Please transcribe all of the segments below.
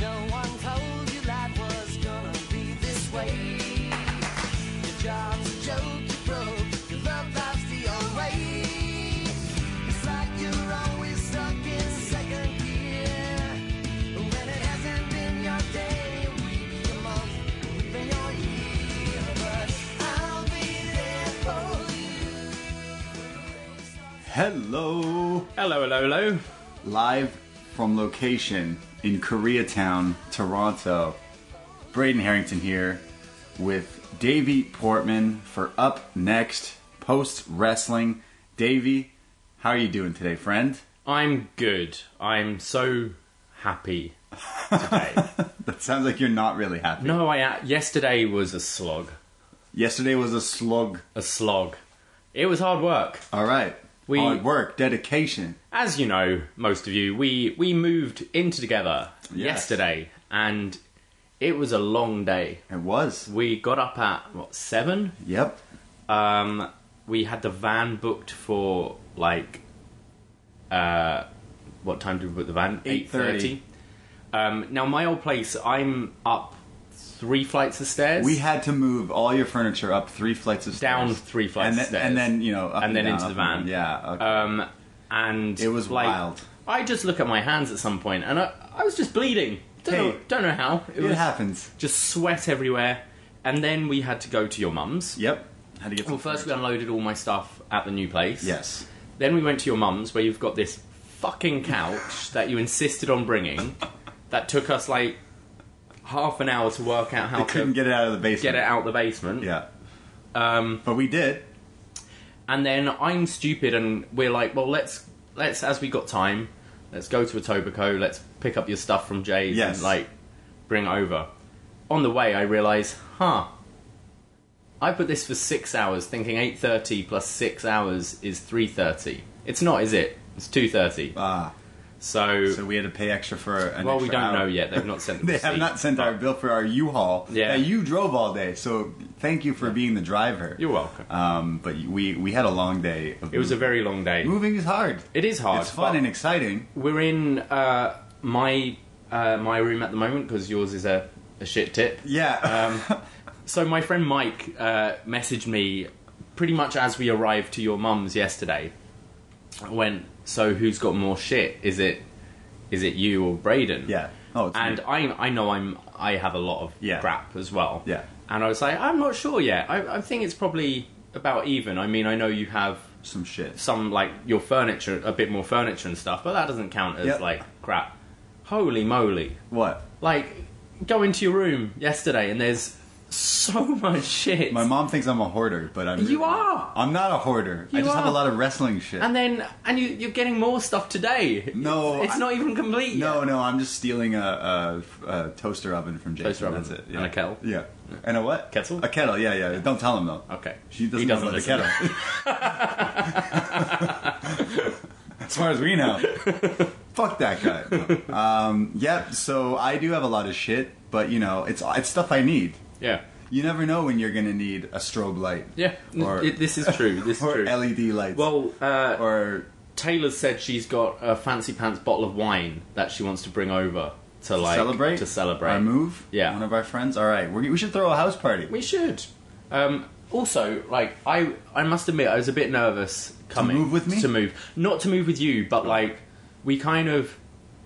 No one told you life was gonna be this way. Your job's a joke, you broke. Your love life's the old way. It's like you're always stuck in second gear. When it hasn't been your day, week, your month, or even your year. But I'll be there for you. Hello, Hello, hello, hello. live from location in Koreatown, Toronto. Braden Harrington here with Davey Portman for up next post wrestling. Davey, how are you doing today, friend? I'm good. I'm so happy today. That sounds like you're not really happy. no, I a- yesterday was a slog. Yesterday was a slug. A slog. It was hard work. All right, We- hard work, dedication. As you know, most of you, we we moved into together Yes. yesterday, and it was a long day. It was. We got up at what seven? Yep. Um, we had the van booked for like, uh, what time did we book the van? 8:30. Um, now my old place, I'm up three flights of stairs. We had to move all your furniture up three flights of stairs. Down three and flights of then, stairs. And then, you know, up And then down, into up the and- van. Yeah. Okay. Um, and It was like, wild. I just look at my hands at some point, and I, I was just bleeding. Don't, Hey. know, don't know how. It, it was happens. just sweat everywhere. And then we had to go to your mum's. Yep. How to get Well, some first we furniture. unloaded all my stuff at the new place. Yes. Then we went to your mum's, where you've got this fucking couch that you insisted on bringing. that took us like half an hour to work out how They couldn't to get it out of the basement. get it out the basement. Yeah. Um, But we did. and then I'm stupid, and we're like, well, let's let's as we got time, let's go to a Etobicoke, let's pick up your stuff from Jay's, Yes. and like bring it over. On the way, I realise, huh, I put this for six hours, thinking eight thirty plus six hours is three thirty. It's not, is it? It's two thirty. Ah. So, So we had to pay extra for an well, we extra don't hour. know yet. They've not sent. The They have receipt. not sent our bill for our U-Haul Yeah. that you drove all day. So thank you for being the driver. You're welcome. Um, but we we had a long day. Of it was a very long day. moving is hard. It is hard. Um, It's fun but- and exciting. We're in uh, my uh, my room at the moment because yours is a, a shit tip. Um, Yeah. So my friend Mike uh, messaged me pretty much as we arrived to your mum's yesterday. I went, so who's got more shit? Is it is it you or Braden? yeah. Oh, it's And me. I I know I'm I have a lot of Yeah. crap as well. Yeah. And I was like, I'm not sure yet. I, I think it's probably about even. I mean, I know you have some shit. some like your furniture, a bit more furniture and stuff, but that doesn't count as Yep. like crap. Holy moly! what? Like, go into your room yesterday and there's so much shit. My mom thinks I'm a hoarder, but I'm. You are. I'm not a hoarder. I You just have a are. lot of wrestling shit. and then, and you, you're getting more stuff today. No, it's I- not even complete. No, yet. no, I'm just stealing a, a, a toaster oven from Jason. Toaster oven That's it. and a kettle. Yeah. And a what? Kettle? A kettle. Yeah, yeah. Don't tell him though. Okay. She doesn't, He know doesn't about the listen. kettle. as far as we know. Fuck that guy. Um, yep. So I do have a lot of shit, but you know, it's it's stuff I need. Yeah. You never know when you're gonna need a strobe light. Yeah. N- Or- it- this is true. This is or true. LED lights. Well, uh, or Taylor said she's got a fancy pants bottle of wine that she wants to bring over to like celebrate to celebrate our move. Yeah. one of our friends. All right, we're, we should throw a house party. We should. Um, also, like I, I must admit, I was a bit nervous coming move with me? Oh. To move, not to move with you, but like we kind of,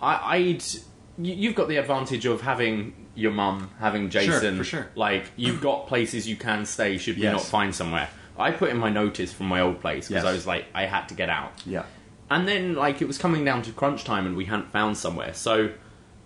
I, I'd, you, you've got the advantage of having your mum, having Jason. for sure. Like you've got places you can stay. Should we Yes. not find somewhere? I put in my notice from my old place because Yes. I was like, I had to get out. yeah, And then, like, it was coming down to crunch time and we hadn't found somewhere. So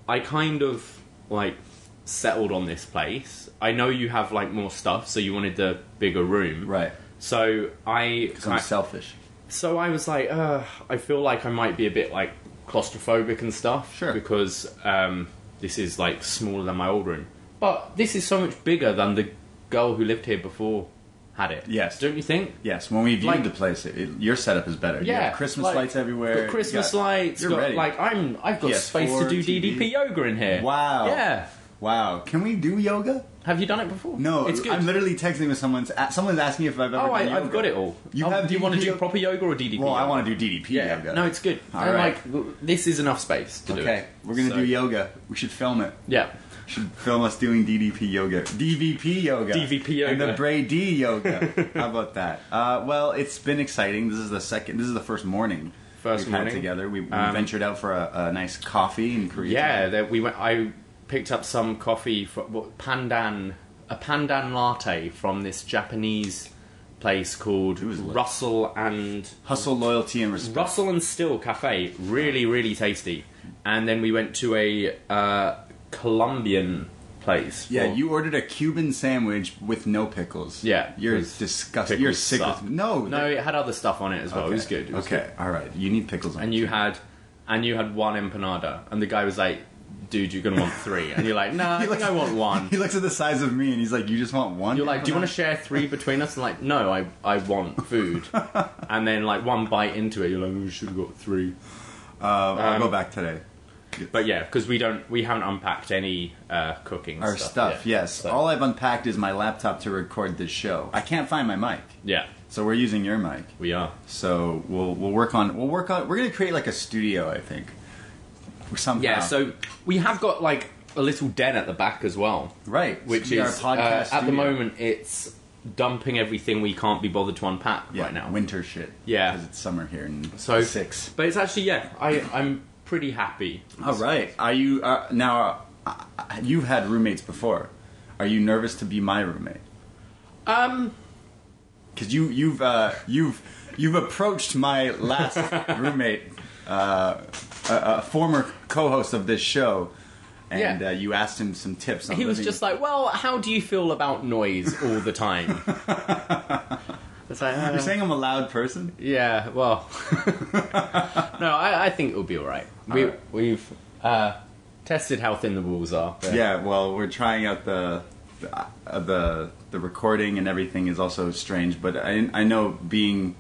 I kind of, like, settled on this place. I know you have, like, more stuff, so you wanted the bigger room. right. So I. 'Cause I'm I- selfish. so I was like, uh, I feel like I might be a bit, like, claustrophobic and stuff. Sure. Because um, this is, like, smaller than my old room. But this is so much bigger than the girl who lived here before had it. Yes. Don't you think? Yes, when we viewed Like- the place, it, it- your setup is better. you Yeah, have Christmas like, lights everywhere. Got Christmas you got- lights. You're got, ready. Like I'm, I've got PS4, space to do TV. DDP yoga in here. Wow. Yeah. wow, can we do yoga? Have you done it before? No, it's good. I'm literally texting with someone's. a- Someone's asking if I've ever. oh, done I, yoga. I've got it all. You Oh, have Do you want to DDP do yoga? proper yoga or DDP? Well, I yoga? want to do DDP Yeah. yoga. No, it's good. All and right. like this is enough space to do it. okay. We're gonna So- do yoga. We should film it. Yeah. Should film us doing DDP yoga, DVP yoga, DVP and the yoga. Bray D yoga. How about that? Uh, well, it's been exciting. This is the second. This is the first morning. First we've morning. had together. We, we Um, ventured out for a, a nice coffee in Korea. Yeah. That we went. I picked up some coffee from what, pandan, a pandan latte from this Japanese place called was lit. Russell and Hustle, loyalty, and respect. Russell and Still Cafe, really, really tasty. And then we went to a uh, Colombian place. Yeah, for- you ordered a Cuban sandwich with no pickles. Yeah, you're 'cause disgusting. pickles You're sick. suck. With, no, No, it had other stuff on it as well. It was good. It was okay, good. all right. You need pickles. on And it. you had, and you had one empanada, and the guy was like, "Dude, you're gonna want three. and you're like, "Nah, I He think looks- I want one." He looks at the size of me and he's like, "You just want one." You're like, "Do you want to share three between us?" And like, "No, I, I want food." and then like one bite into it, you're like, "We should have got three. Uh, I'll Um, go back today. But yeah, because we don't, we haven't unpacked any uh, cooking Our stuff. stuff, yet. yes. So- All I've unpacked is my laptop to record this show. I can't find my mic, yeah, so we're using your mic. we are. So we'll we'll work on we'll work on. We're gonna create like a studio, I think. Somehow. Yeah, so we have got like a little den at the back as well, right, which be is our podcast uh, at the studio. moment it's dumping everything we can't be bothered to unpack yeah, right now. winter shit. Yeah. because it's summer here in so six. but it's actually yeah, I I'm pretty happy. All Oh, right. Are you uh, now? Uh, uh, you've had roommates before. Are you nervous to be my roommate? Um, Because you you've uh, you've you've approached my last roommate, uh, a, a former co-host of this show, and Yeah. uh, you asked him some tips. On he was living- just like, well, how do you feel about noise all the time? it's like uh, You're saying I'm a loud person. yeah, well, no, I, I think it'll be all right. we right. we've uh, tested how thin the walls are. but- Yeah. Well, we're trying out the the uh, the, the recording and everything is also strange, but I I know being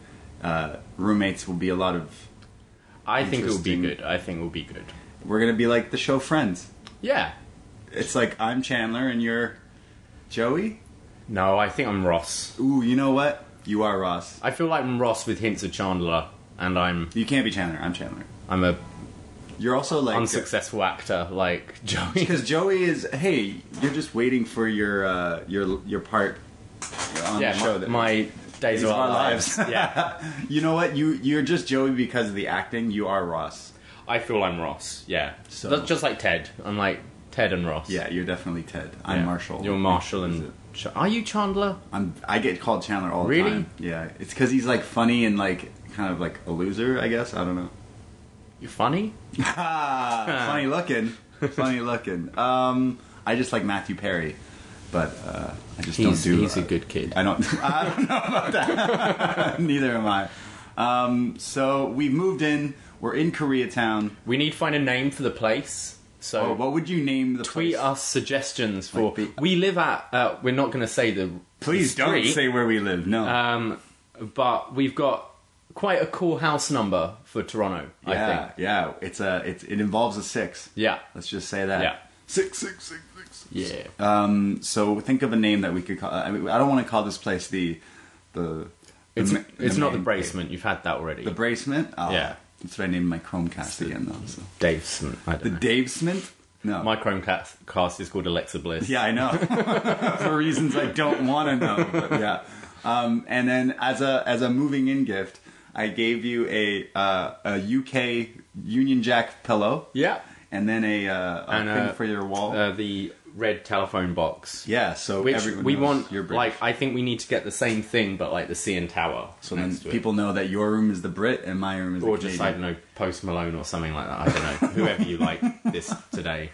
uh, roommates will be a lot of. I think it'll be Interesting. good. I think it'll be good. We're gonna be like the show Friends. Yeah, It's like I'm Chandler and you're Joey. No, I think I'm Ross. Ooh, you know what? You are Ross. I feel like I'm Ross with hints of Chandler, and I'm You can't be Chandler. I'm Chandler. I'm a You're also like unsuccessful actor like Joey. because Joey is. Hey, you're just waiting for your uh, your your part on yeah, the my, show. that my days These of Are our Lives. lives. yeah, you know what? You you're just Joey because of the acting. You are Ross. I feel I'm Ross. Yeah, So- That's just like Ted. I'm like Ted and Ross. Yeah, you're definitely Ted. I'm Yeah. Marshall. You're Marshall Is and it? Ch- are you Chandler? I'm. I get called Chandler all the Really? time. Yeah, it's because he's like funny and like kind of like a loser. I guess I don't know. You're funny. Ah, funny looking. Funny looking. Um, I just like Matthew Perry, but uh, I just He's- don't do. he's a uh, good kid. I don't. I don't know about that. Neither am I. Um, so we've moved in. We're in Koreatown. We need to find a name for the place. So Oh, what would you name the tweet place? us suggestions for. Like the- we live at. Uh, we're not going to say the. Uh, Please the don't street. say where we live. No. Um, but we've got quite a cool house number for Toronto, I Yeah, think. yeah. It's a it's it involves a six. Yeah. Let's just say that. Yeah. Six, six, six, six. Yeah. Um. So think of a name that we could call. I, mean, I don't want to call this place the the. It's, the ma- it's not the main- bracement. You've had that already. The bracement. Oh, Yeah. That's what I named my Chromecast again though. So. Davesment. I don't The know. Davesment. No. My Chromecast cast is called Alexa Bliss. Yeah, I know. For reasons I don't want to know. But yeah. Um, and then as a as a moving in gift, I gave you a uh, a UK Union Jack pillow. Yeah. And then a, uh, a And, thing uh, for your wall. Uh, the red telephone box. yeah. So Which everyone we knows want, you're British. like, I think we need to get the same thing, but like the CN Tower. so then next to it. people know that your room is the Brit and my room is Or the Canadian. just, I don't know, Post Malone or something like that. I don't know. Whoever you like this today,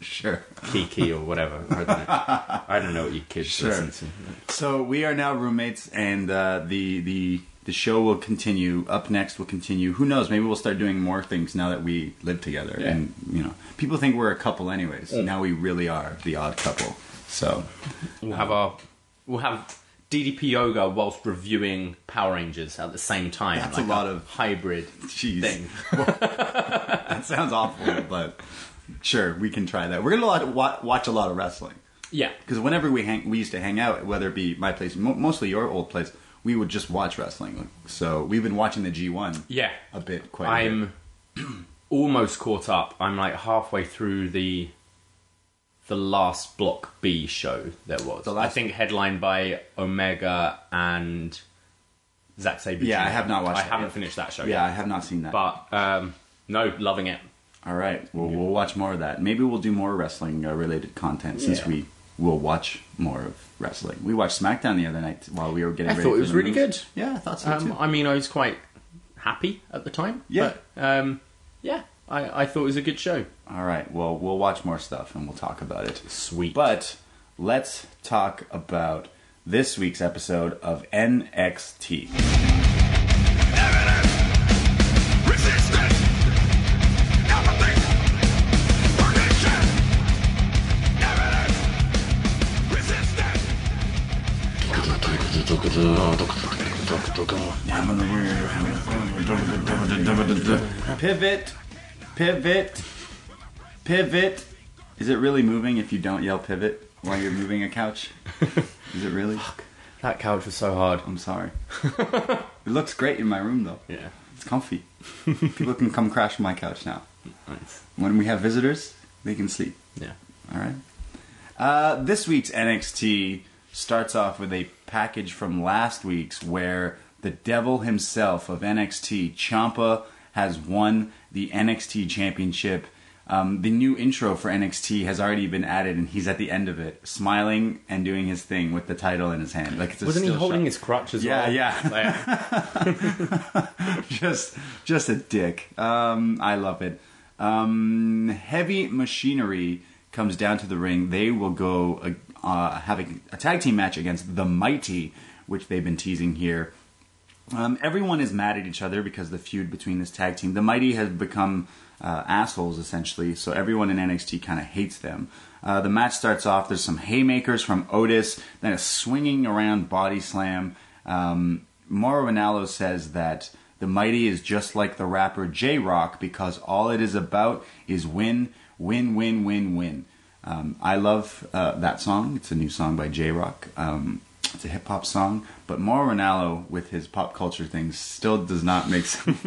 Sure. Kiki or whatever. I don't know. I don't know what you kids Sure. listen to. So we are now roommates, and uh, the the the show will continue. Up next will continue. Who knows? Maybe we'll start doing more things now that we live together. Yeah. Mm. And you know, people think we're a couple, anyways. Now we really are the odd couple. So We'll have our we'll have DDP yoga whilst reviewing Power Rangers at the same time. That's a lot of- hybrid Jeez. thing. that sounds awful, but sure, we can try that. We're gonna lot, wa- watch a lot of wrestling Yeah, because whenever we hang, we used to hang out, whether it be my place, mo- mostly your old place. We would just watch wrestling. So we've been watching the G1 yeah. a bit, quite a bit. I'm almost caught up. I'm like halfway through the the last Block B show there was. The last- I think headlined by Omega and Zack Sabre. Yeah, I Jr.. have not watched I that haven't yet. finished that show. Yeah, I yet. have not seen that. but um, no, loving it. All right. Well, we'll watch more of that. Maybe we'll do more wrestling uh, related content since Yeah. we will watch more of wrestling. We watched SmackDown the other night while we were getting I ready. thought for it was the really movies. good. Yeah, I thought so Um, too. I mean, I was quite happy at the time. Yeah. But, um, yeah, I, I thought it was a good show. All right. Well, we'll watch more stuff and we'll talk about it. Sweet. But let's talk about this week's episode of NXT. Resistance! Apathy! Perdition! Evidence! Resistance! Pivot. Pivot. Pivot. Is it really moving if you don't yell pivot while you're moving a couch? Is it really? That couch was so hard. I'm sorry. it looks great in my room though. Yeah. It's comfy. People can come crash my couch now. Nice. When we have visitors, they can sleep. Yeah. All right. Uh, this week's NXT starts off with a package from last week's where the devil himself of NXT, Champa, has won the NXT championship. Um, the new intro for NXT has already been added, and he's at the end of it, smiling and doing his thing with the title in his hand. Like it's a Wasn't he still holding shot. his crutch as Yeah, well? yeah. Like, just just a dick. Um, I love it. Um, heavy machinery comes down to the ring. They will go uh, uh, having a tag team match against the Mighty, which they've been teasing here. Um, everyone is mad at each other because the feud between this tag team, the Mighty, has become uh, assholes essentially. So everyone in NXT kind of hates them. Uh, the match starts off. There's some haymakers from Otis, then a swinging around body slam. Um, Mauro Ranallo says that the Mighty is just like the rapper J Rock because all it is about is win, win, win, win, win. Um, I love uh, that song. It's a new song by J Rock. Um, it's a hip hop song, but Mauro Ranallo with his pop culture things still does not make sense.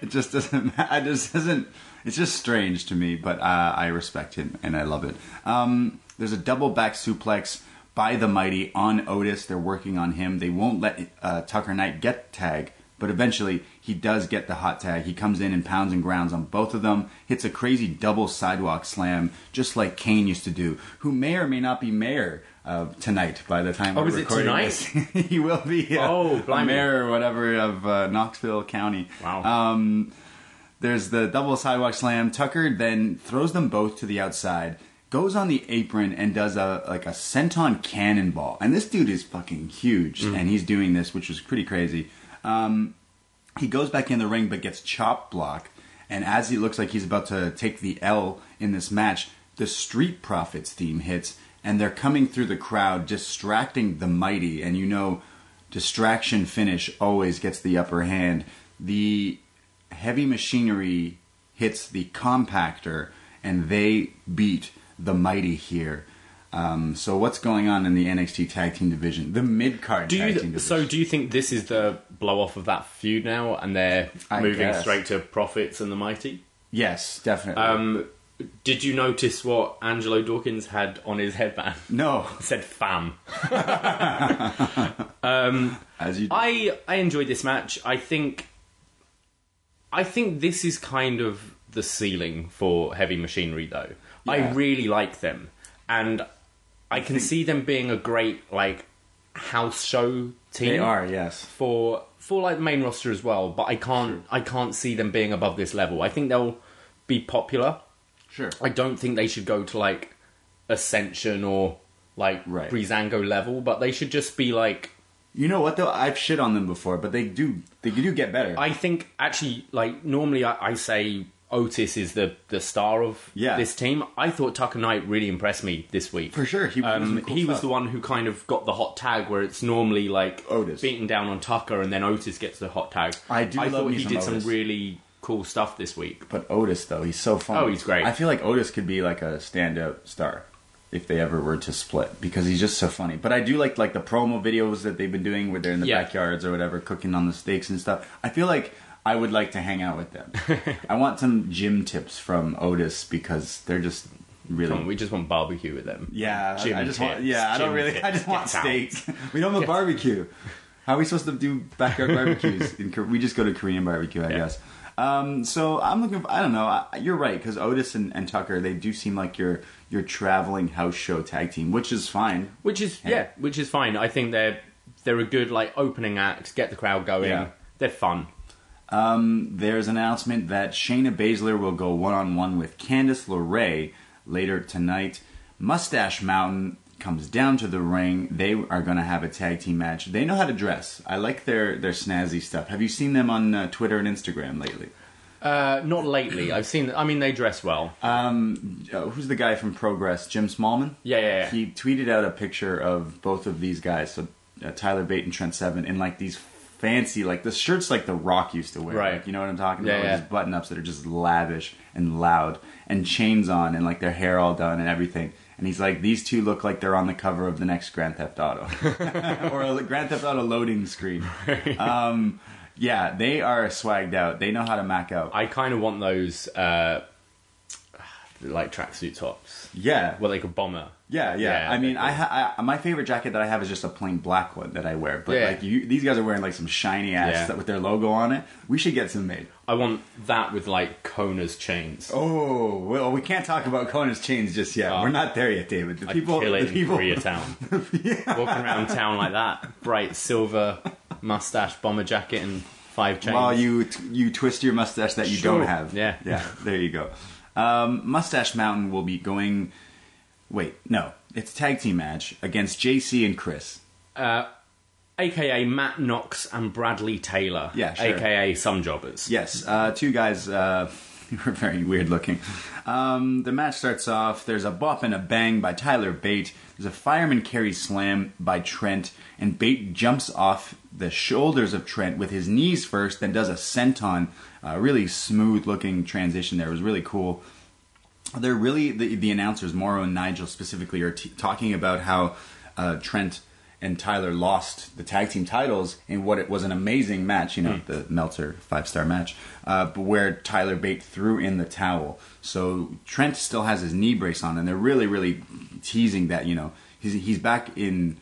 it just doesn't. ma- It just doesn't. It's just strange to me, but uh, I respect him and I love it. Um, there's a double back suplex by the Mighty on Otis. They're working on him. They won't let uh, Tucker Knight get the tag, but eventually he does get the hot tag. He comes in and pounds and grounds on both of them, hits a crazy double sidewalk slam, just like Kane used to do, who may or may not be mayor uh, tonight by the time Oh, we're is it recording tonight? this. he will be yeah, Oh, blimey. mayor or whatever of uh, Knoxville County. Wow. Um, there's the double sidewalk slam. Tucker then throws them both to the outside, goes on the apron and does a like a senton cannonball. And this dude is fucking huge, Mm. and he's doing this, which was pretty crazy. Um, he goes back in the ring but gets chop block, and as he looks like he's about to take the L in this match, the Street Profits theme hits, and they're coming through the crowd, distracting the mighty, and you know distraction finish always gets the upper hand. The heavy machinery hits the compactor, and they beat the mighty here. Um, so what's going on in the NXT tag team division? The mid card Do tag you team division. so? Do you think this is the blow off of that feud now, and they're I moving guess. straight to profits and the mighty? yes, definitely. Um, did you notice what Angelo Dawkins had on his headband? no, It said "fam." as you I I enjoyed this match. I think I think this is kind of the ceiling for heavy machinery though. I Yeah. really like them and I can see them being a great like house show team they are yes. for for like the main roster as well, but I can't I can't see them being above this level. I think they'll be popular. Sure. I don't think they should go to like Ascension or like Right. Breezango level, but they should just be like You know what though? I've shit on them before, but they do they do get better. I think actually, like normally, I, I say Otis is the the star of Yeah. this team. I thought Tucker Knight really impressed me this week. For sure, he was um, some cool he was stuff. the one who kind of got the hot tag, where it's normally like Otis. beaten down on Tucker, and then Otis gets the hot tag. I do I love thought me he some did Otis. some really cool stuff this week. But Otis though, he's so fun. Oh, he's great. I feel like Otis could be like a stand-up star if they ever were to split because he's just so funny. But I do like like the promo videos that they've been doing where they're in the Yeah. backyards or whatever cooking on the steaks and stuff. I feel like I would like to hang out with them. I want some gym tips from Otis because they're just really We just want barbecue with them. yeah, Gym I just want. tips, Yeah, I don't gym really. tips, I just want get out. steaks. We don't have a barbecue. How are we supposed to do backyard barbecues? in, Kor- we just go to Korean barbecue, I guess. Um, so I'm looking. For, I don't know. I, you're right because Otis and, and Tucker they do seem like your your traveling house show tag team, which is fine. Which is Yeah. yeah. which is fine. I think they're they're a good like opening act, get the crowd going. Yeah. They're fun. There's an announcement that Shayna Baszler will go one on one with Candice LeRae later tonight. Mustache Mountain comes down to the ring. They are going to have a tag team match. They know how to dress. I like their their snazzy stuff. Have you seen them on uh, Twitter and Instagram lately? Uh, not lately. I've seen. I mean, they dress well. Uh, who's the guy from Progress? Jim Smallman. Yeah, yeah, yeah. He tweeted out a picture of both of these guys, so uh, Tyler Bate and Trent Seven, in like these fancy, like the shirts like The Rock used to wear. Right. Like, you know what I'm talking Yeah, about? yeah. Like, these button ups that are just lavish and loud, and chains on, and like their hair all done and everything. And he's like, these two look like they're on the cover of the next Grand Theft Auto, or a Grand Theft Auto loading screen. Um, yeah, they are swagged out. They know how to mac out. I kind of want those uh, like tracksuit tops. yeah, Well, like a bomber. Yeah, yeah. Yeah, I mean, they're cool. I, ha- I my favorite jacket that I have is just a plain black one that I wear. But Yeah. like you, these guys are wearing like some shiny ass Yeah. that with their logo on it. We should get some made. I want that with like Kona's chains. Oh well, we can't talk about Kona's chains just yet. Oh. We're not there yet, David. The I'd people, kill it the in people. Koreatown. Walking around town like that, bright silver mustache, bomber jacket, and five chains. While you t- you twist your mustache that you Sure. don't have. Yeah. yeah. There you go. Um, mustache Mountain will be going. Wait, no, it's a tag team match against JC and Chris. AKA Matt Knox and Bradley Taylor. Yeah, sure. AKA some jobbers. Yes, uh, two guys uh, who are very weird looking. Um, the match starts off. There's a bop and a bang by Tyler Bate. There's a fireman carry slam by Trent, and Bate jumps off the shoulders of Trent with his knees first, then does a senton. Uh, really smooth looking transition there. It was really cool they're really the, the announcers Morrow and Nigel specifically are t- talking about how uh, Trent and Tyler lost the tag team titles in what it was an amazing match, you know, the Meltzer five star match, uh, but where Tyler Bate threw in the towel. So Trent still has his knee brace on, and they're really really teasing that you know he's he's back in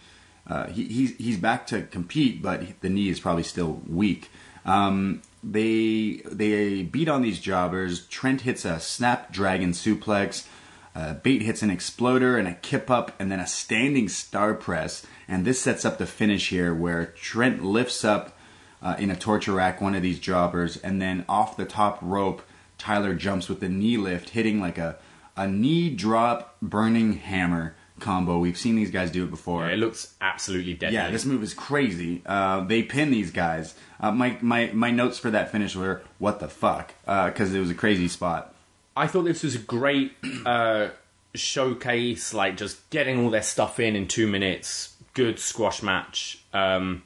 uh, he, he's he's back to compete, but the knee is probably still weak. Um, they they beat on these jobbers. Trent hits a snapdragon suplex. Uh, Bate hits an exploder and a kip up, and then a standing star press. And this sets up the finish here, where Trent lifts up uh, in a torture rack one of these jobbers, and then off the top rope, Tyler jumps with the knee lift, hitting like a a knee drop burning hammer combo. We've seen these guys do it before. It looks absolutely deadly. Yeah, this move is crazy. Uh, they pin these guys. Uh, my, my my notes for that finish were what the fuck because it was a crazy spot. I thought this was a great uh, showcase, like just getting all their stuff in in two minutes. Good squash match. Um,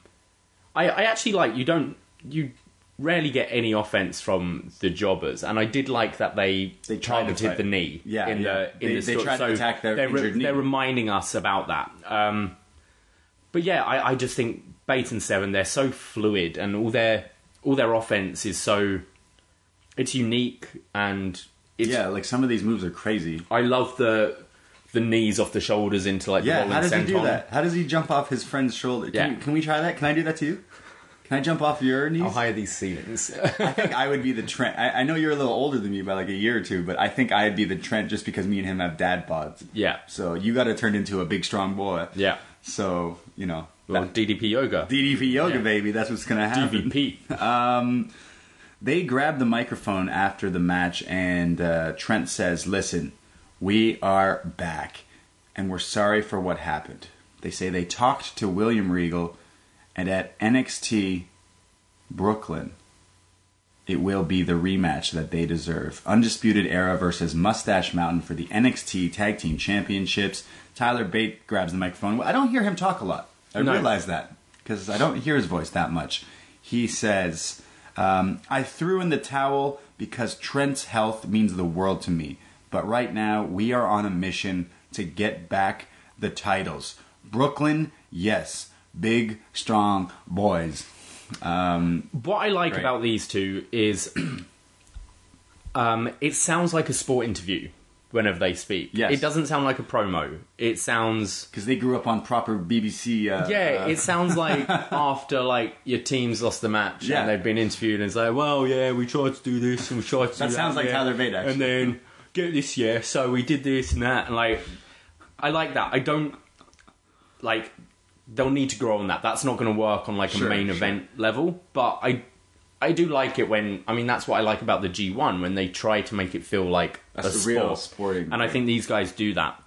I, I actually like you don't you rarely get any offense from the jobbers, and I did like that they They tried to targeted fight. the knee. Yeah, in yeah. the in They- they the story. tried to So attack their they're, injured knee. they're reminding us about that. Um, but yeah, I, I just think Bait and Seven they're so fluid, and all their all their offense is so it's unique and it's Yeah, like some of these moves are crazy. I love the the knees off the shoulders into like Yeah, the rolling how does he senton. do that? How does he jump off his friend's shoulder? Can, Yeah. can we try that? Can I do that to you? Can I jump off your knees? How high are these ceilings? I think Oh, I would be the Trent. I, I know you're a little older than me by like a year or two, but I think I'd be the Trent just because me and him have dad bods. yeah. So you got to turn into a big strong boy. Yeah. So you know, Well, that- DDP yoga. DDP yoga Yeah. baby. That's what's gonna happen. DVP. They grab the microphone after the match, and uh, Trent says, Listen, we are back, and we're sorry for what happened. They say they talked to William Regal, and at NXT Brooklyn, it will be the rematch that they deserve. Undisputed Era versus Mustache Mountain for the NXT Tag Team Championships. Tyler Bate grabs the microphone. Well, I don't hear him talk a lot. I No. realize that because I don't hear his voice that much. He says, um, I threw in the towel because Trent's health means the world to me. But right now, we are on a mission to get back the titles. Brooklyn, yes. Big, strong boys. what I like Great. about these two is um, it sounds like a sport interview whenever they speak. Yes. It doesn't sound like a promo. It sounds. Because they grew up on proper BBC. Uh, Yeah, uh, it sounds like after like your team's lost the match Yeah. and they've been interviewed and it's like, well, yeah, we tried to do this and we tried to. That do sounds like yeah. Tyler Bate, actually. And then get this, yeah. So we did this and that, and like, I like that. I don't like. They'll need to grow on that. That's not going to work on like Sure, a main sure. event level, but I, I do like it when. I mean, that's what I like about the G one when they try to make it feel like That's a the sport. real sporting and I thing. think these guys do that.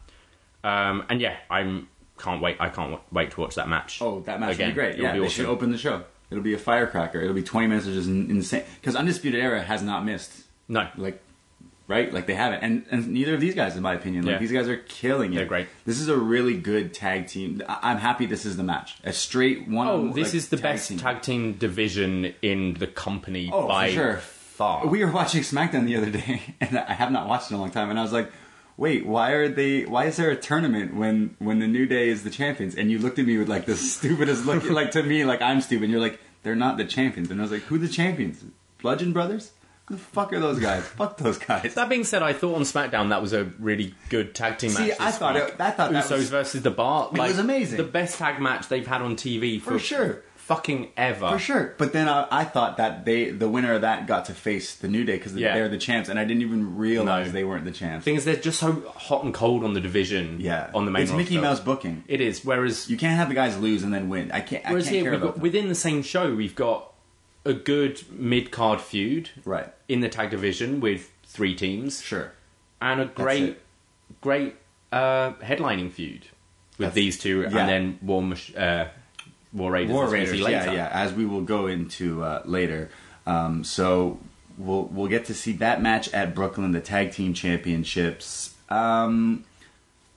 Um, and yeah, I'm can't wait. I can't wa- wait to watch that match. Oh, that match Again, would be great. It'll Yeah, be they awesome. should open the show. It'll be a firecracker. It'll be 20 minutes of just n- insane. Because Undisputed Era has not missed. No, Like, right? Like, they haven't. And, and neither of these guys, in my opinion. Like, Yeah. these guys are killing it. They're great. This is a really good tag team. I- I'm happy this is the match. A straight one. Oh, this is the best tag team division in the company Oh, for by sure. far. We were watching SmackDown the other day, and I have not watched in a long time. And I was like, "Wait, why are they? Why is there a tournament when when the New Day is the champions?" And you looked at me with like the stupidest look, like to me, like I'm stupid. And you're like, "They're not the champions." And I was like, "Who the champions? Bludgeon Brothers? Who the fuck are those guys? fuck those guys." that being said, I thought on SmackDown that was a really good tag team See, match. I this thought week. it, I thought that Usos was versus the Bar. Like, was amazing. The best tag match they've had on TV for, For sure. fucking ever. for sure. But then I, I thought that they, the winner of that, got to face the New Day because Yeah. they're the champs, and I didn't even realize No. they weren't the champs. Thing is, they're just so hot and cold on the division. yeah, on the main. it's roster. Mickey Mouse booking. It is. Whereas, You can't have the guys lose and then win. I can't. I can't whereas care here we've about got, that. within the same show, we've got a good mid card feud Right. in the tag division with three teams. Sure. and a great, it. great uh, headlining feud with That's- these two, yeah. and then War Mach- uh, War Raiders. War as we see Raiders. later. Yeah, yeah. As we will go into uh, later. Um, so we'll we'll get to see that match at Brooklyn, the tag team championships. Um,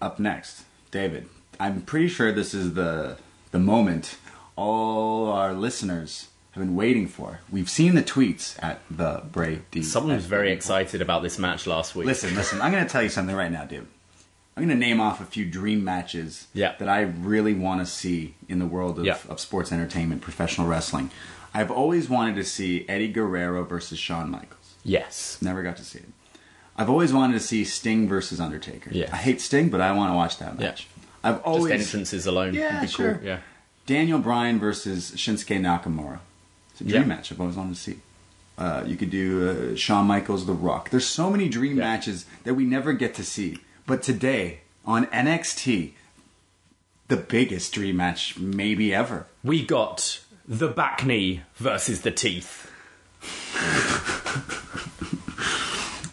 up next, David. I'm pretty sure this is the the moment all our listeners have been waiting for. We've seen the tweets at the Bray D. Someone was at very the- excited about this match last week. Listen, listen. I'm going to tell you something right now, dude. I'm going to name off a few dream matches Yeah. that I really want to see in the world of, Yeah. of sports entertainment, professional wrestling. I've always wanted to see Eddie Guerrero versus Shawn Michaels. yes, Never got to see it. I've always wanted to see Sting versus Undertaker. Yes. I hate Sting, but I want to watch that Yeah. match. I've just always entrances alone. Yeah, would be sure. Cool. Yeah, Daniel Bryan versus Shinsuke Nakamura. It's a dream Yeah. match I've always wanted to see. Uh, you could do uh, Shawn Michaels, The Rock. There's so many dream Yeah. matches that we never get to see. But today on NXT, the biggest dream match maybe ever. we got the back knee versus the teeth.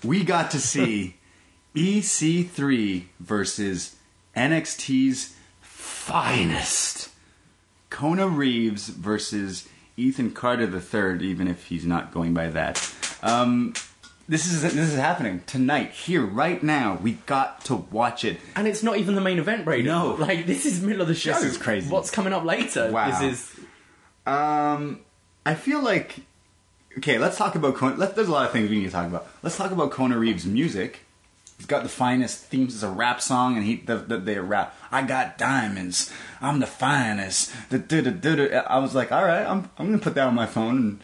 We got to see EC3 versus NXT's finest. Kona Reeves versus Ethan Carter III, even if he's not going by that. Um, this is this is happening tonight, here, right now. We got to watch it. And it's not even the main event, Brady. No. like this is middle of the show. is crazy. What's coming up later? Wow. This is Um, I feel like okay. Let's talk about Con- let, there's a lot of things we need to talk about. Let's talk about Kona Reeves' music. He's got the finest themes. It's a rap song, and he the, the, they rap. I got diamonds. I'm the finest. The, do, do, do, do. I was like, all right, I'm I'm gonna put that on my phone and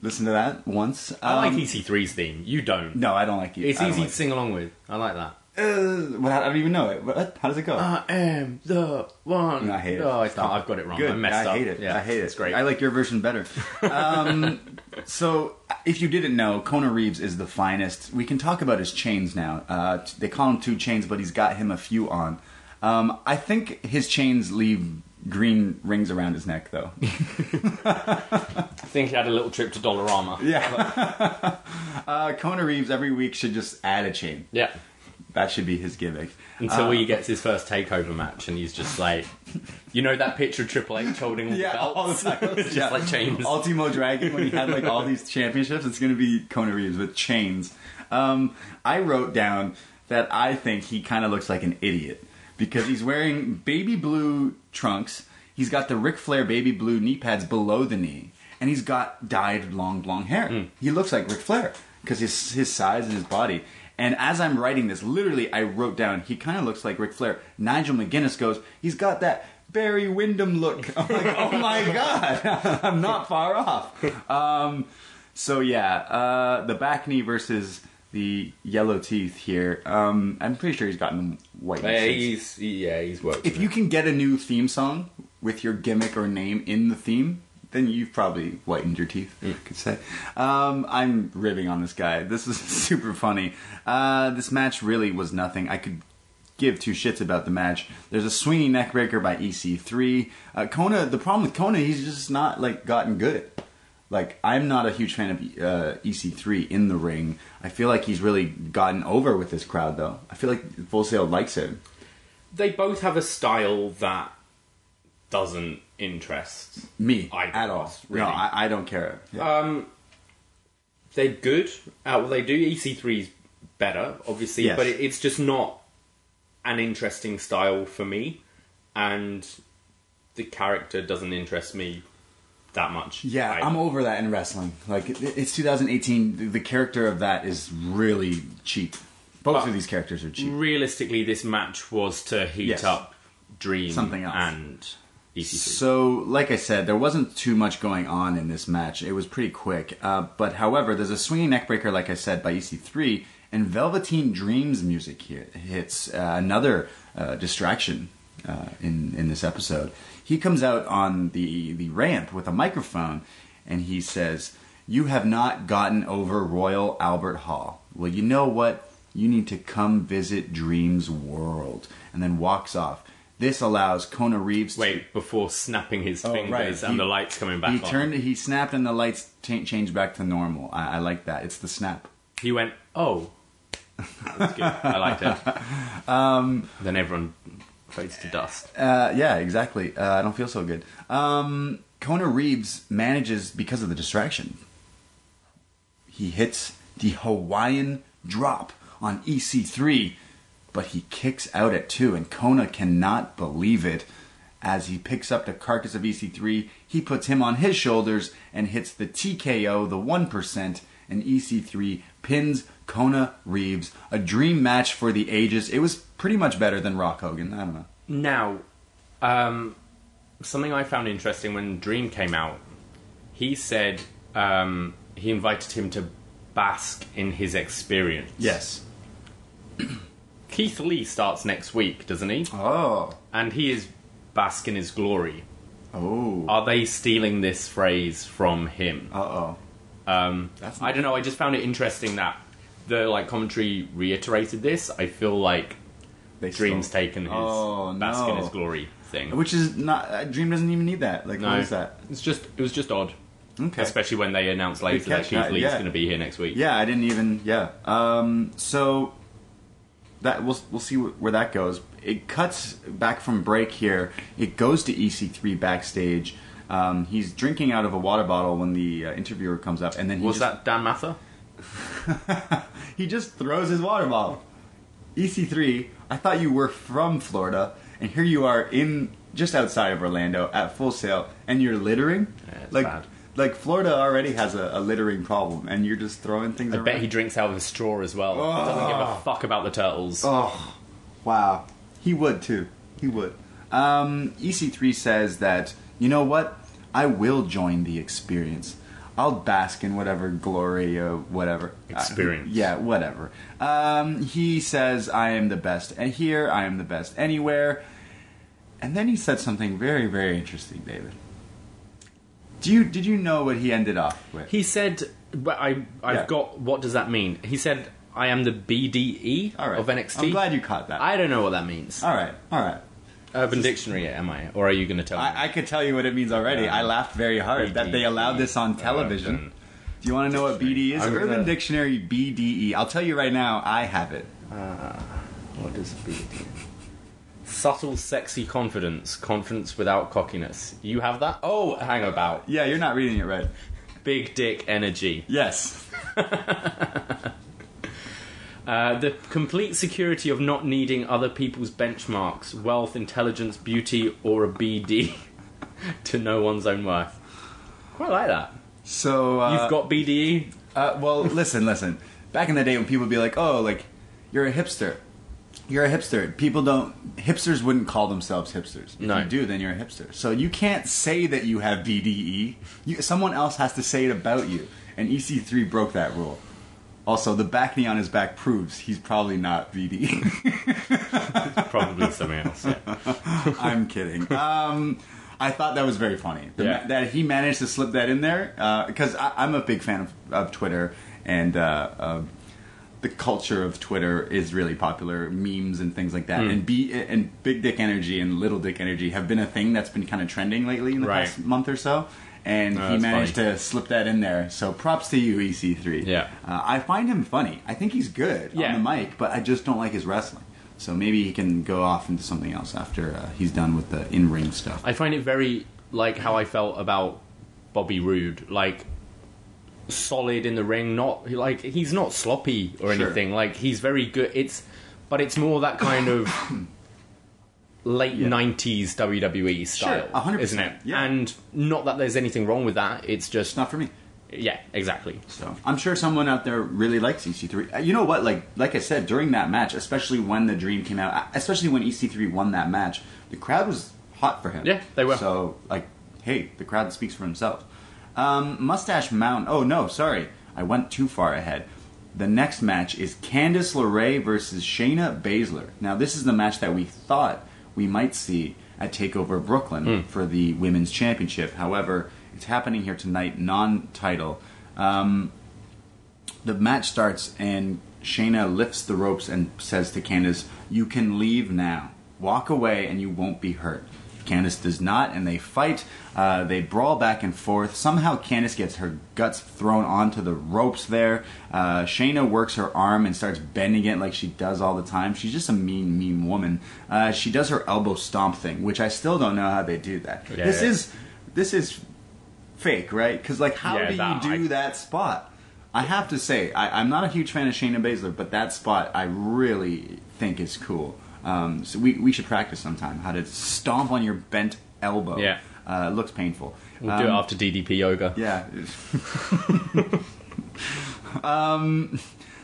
listen to that once. I like Um, EC3's E theme. You don't. No, I don't like you. it's I don't easy like- to sing along with. I like that. Uh, what, I don't even know it. What, how does it go? I am the one. No, I hate it. Oh, it's not. I've got it wrong. Good. I messed up. hate it. Yeah, I hate it. It's great. I like your version better. Um, so, if you didn't know, Kona Reeves is the finest. We can talk about his chains now. Uh, t- they call him two chains, but he's got him a few on. Um, I think his chains leave green rings around his neck, though. I think he had a little trip to Dollarama. Yeah. uh, Kona Reeves every week should just add a chain. Yeah. That should be his gimmick. Until he gets his first takeover match, and he's just like, you know that picture of Triple H holding all the belts, all the time. It's just Yeah. like chains. Ultimo Dragon when he had like all these championships, it's gonna be Kona Reeves with chains. Um, I wrote down that I think he kind of looks like an idiot because he's wearing baby blue trunks. He's got the Ric Flair baby blue knee pads below the knee, and he's got dyed long blonde hair. Hmm. He looks like Ric Flair because his his size and his body. And as I'm writing this, literally, I wrote down he kind of looks like Ric Flair. Nigel McGuinness goes, he's got that Barry Windham look. I'm like, oh my god, I'm not far off. Um, so yeah, uh, the back knee versus the yellow teeth here. Um, I'm pretty sure he's gotten them white. Oh, Yeah, since. he's he- yeah, he's worked. if you can get a new theme song with your gimmick or name in the theme. Then you've probably whitened your teeth, you could say. Um, I'm ribbing on this guy. This is super funny. Uh, this match really was nothing. I could give two shits about the match. There's a swinging neckbreaker by EC3. Uh, Kona, the problem with Kona, he's just not like gotten good at. Like I'm not a huge fan of uh, EC3 in the ring. I feel like he's really gotten over with this crowd, though. I feel like Full Sail likes him. they both have a style that doesn't interest Me I at all? guess, really. No, I, I don't care. Uh, Yeah. they're good at what they do. E EC3's better, obviously, Yes. but it, it's just not an interesting style for me, and the character doesn't interest me that much. Yeah, I- I'm over that in wrestling. Like it- it's 2018. The, the character of that is really cheap. Both But- of these characters are cheap. realistically, this match was to heat Yes. up Dream Something else. and E EC3. So, like I said, there wasn't too much going on in this match. It was pretty quick. Uh, but however, there's a swinging neckbreaker, like I said, by EC3, and Velveteen Dreams music here hits uh, another uh, distraction uh, in in this episode. He comes out on the the ramp with a microphone, and he says, "You have not gotten over Royal Albert Hall. Well, you know what? You need to come visit Dreams World," and then walks off. This allows Kona Reeves to Wait, before snapping his fingers and Oh, he- Oh, the lights coming back He on. turned. He snapped, and the lights t- changed back to normal. I, I like that. It's the snap. He went, oh. That's good. I liked it. Um, then everyone fades to dust. Uh, yeah, exactly. Uh, I don't feel so good. Um, Kona Reeves manages because of the distraction. He hits the Hawaiian drop on EC3, but he kicks out at two, and Kona cannot believe it. As he picks up the carcass of EC3, he puts him on his shoulders and hits the TKO, the 1%, and EC3 pins Kona Reeves. A dream match for the ages. It was pretty much better than Rock Hogan. I don't know. Now, um, something I found interesting when Dream came out, he said um, he invited him to bask in his experience. Yes. Keith Lee starts next week, doesn't he? Oh. And he is bask in his glory. Oh. Are they stealing this phrase from him? Uh oh. Um, That's I don't know. I just found it interesting that the like commentary reiterated this. I feel like They Dream's stole- taken his Oh, bask in no. his glory thing. Which is not. Uh, Dream doesn't even need that. Like, no, what is that? It's just it was just odd, Okay. especially when they announced later that catch, Keith uh, Lee's yeah. going to be here next week. Yeah, I didn't even. Yeah. Um. So that we'll we'll see wh- where that goes. It cuts back from break here. It goes to EC3 backstage. Um, he's drinking out of a water bottle when the uh, interviewer comes up, and then he Was just, that Dan Mather? he just throws his water E bottle. EC3, I thought you were from Florida, and here you are in just outside of Orlando at full sail and you're littering, Yeah, it's like bad. like Florida already has a, a littering problem, and you're just throwing things. I around. bet he drinks out of a straw as well. Doesn't give a fuck about the turtles. Oh, wow. He would too. He would. Um, EC3 says that, you know what? I will join the experience. I'll bask in whatever glory or whatever. Experience. Uh, yeah, whatever. Um, he says, I am the best here, I am the best anywhere. And then he said something very, very interesting, David. Do you, did you know what he ended off with? He said, but I, I've Yeah. got, what does that mean? He said, I am the BDE All right. of NXT. I'm glad you caught that. I don't know what that means. all right, all right. Urban Dictionary, am I? Or are you going to tell me? I, I could tell you what it means already. I laughed very hard that they allowed this on television. Urban Do you want to know what BD is? I'm Urban gonna- Dictionary BDE. I'll tell you right now, I have it. What does E BDE? Subtle, sexy confidence. Confidence without cockiness. You have that? Oh, hang about. Yeah, you're not reading it right. Big dick energy. Yes. Uh, the complete security of not needing other people's benchmarks, wealth, intelligence, beauty, or a BD to know one's own worth. Quite like that. So uh, You've got E? BDE. Uh, well, listen, listen. Back in the day, when people would be like, "Oh, like you're a hipster," you're a hipster. People don't. Hipsters wouldn't call themselves hipsters. If No. you do, then you're a hipster. So you can't say that you have BDE. You, someone else has to say it about you. And EC3 broke that rule. Also, the back knee on his back proves he's probably not E. BDE. Probably something else. Yeah. I'm kidding. Um, I thought that was very funny The- Yeah. that he managed to slip that in there because I I'm a big fan of, of Twitter and uh, of the culture of Twitter is really popular. Memes and things like that, Hmm. and B and big dick energy and little dick energy have been a thing that's been kind of trending lately in the Right. past month or so. And Oh, he that's managed funny. to slip that in there. So props to you, E EC3. Yeah. uh, I find him funny. I think he's good Yeah. on the mic, but I just don't like his wrestling. So maybe he can go off into something else after uh, he's done with the in-ring stuff. I find it very like how I felt about Bobby Roode, like solid in the ring. Not like he's not sloppy or Sure. anything. Like he's very good. It's but it's more that kind of late nineties WWE style, a hundred isn't it? percent, yeah. And not that there's anything wrong with that. It's just It's not for me. yeah, exactly. So I'm sure someone out there really likes EC3. Uh, You know what? Like like I said during that match, especially when the Dream came out, uh, especially when EC3 won that match, the crowd was hot for him. Yeah, they were. So like, hey, the crowd speaks for himself. Um, Mustache Mountain. Oh no, sorry, I went too far ahead. The next match is Candice LeRae versus Shayna Baszler. Now this is the match that we thought we might see at Takeover Brooklyn Hmm. for the Women's Championship. However, it's happening here tonight, non-title. Um, the match starts and Shayna lifts the ropes and says to Candace, "You can leave now. Walk away and you won't be hurt." Candace does not, and they fight. Uh, they brawl back and forth. Somehow, Candace gets her guts thrown onto the ropes. There, uh, Shayna works her arm and starts bending it like she does all the time. She's just a mean, mean woman. Uh, she does her elbow stomp thing, which I still don't know how they do that. Yeah, this yeah. is this is fake, right? Because like, how Yeah, do that- you do I- that spot? I have to say, I, I'm not a huge fan of Shayna Baszler, but that spot I really think is cool. Um, so we, we should practice sometime how to stomp on your bent elbow. Yeah. uh, it looks painful. We'll do it after DDP yoga. um, Yeah. um,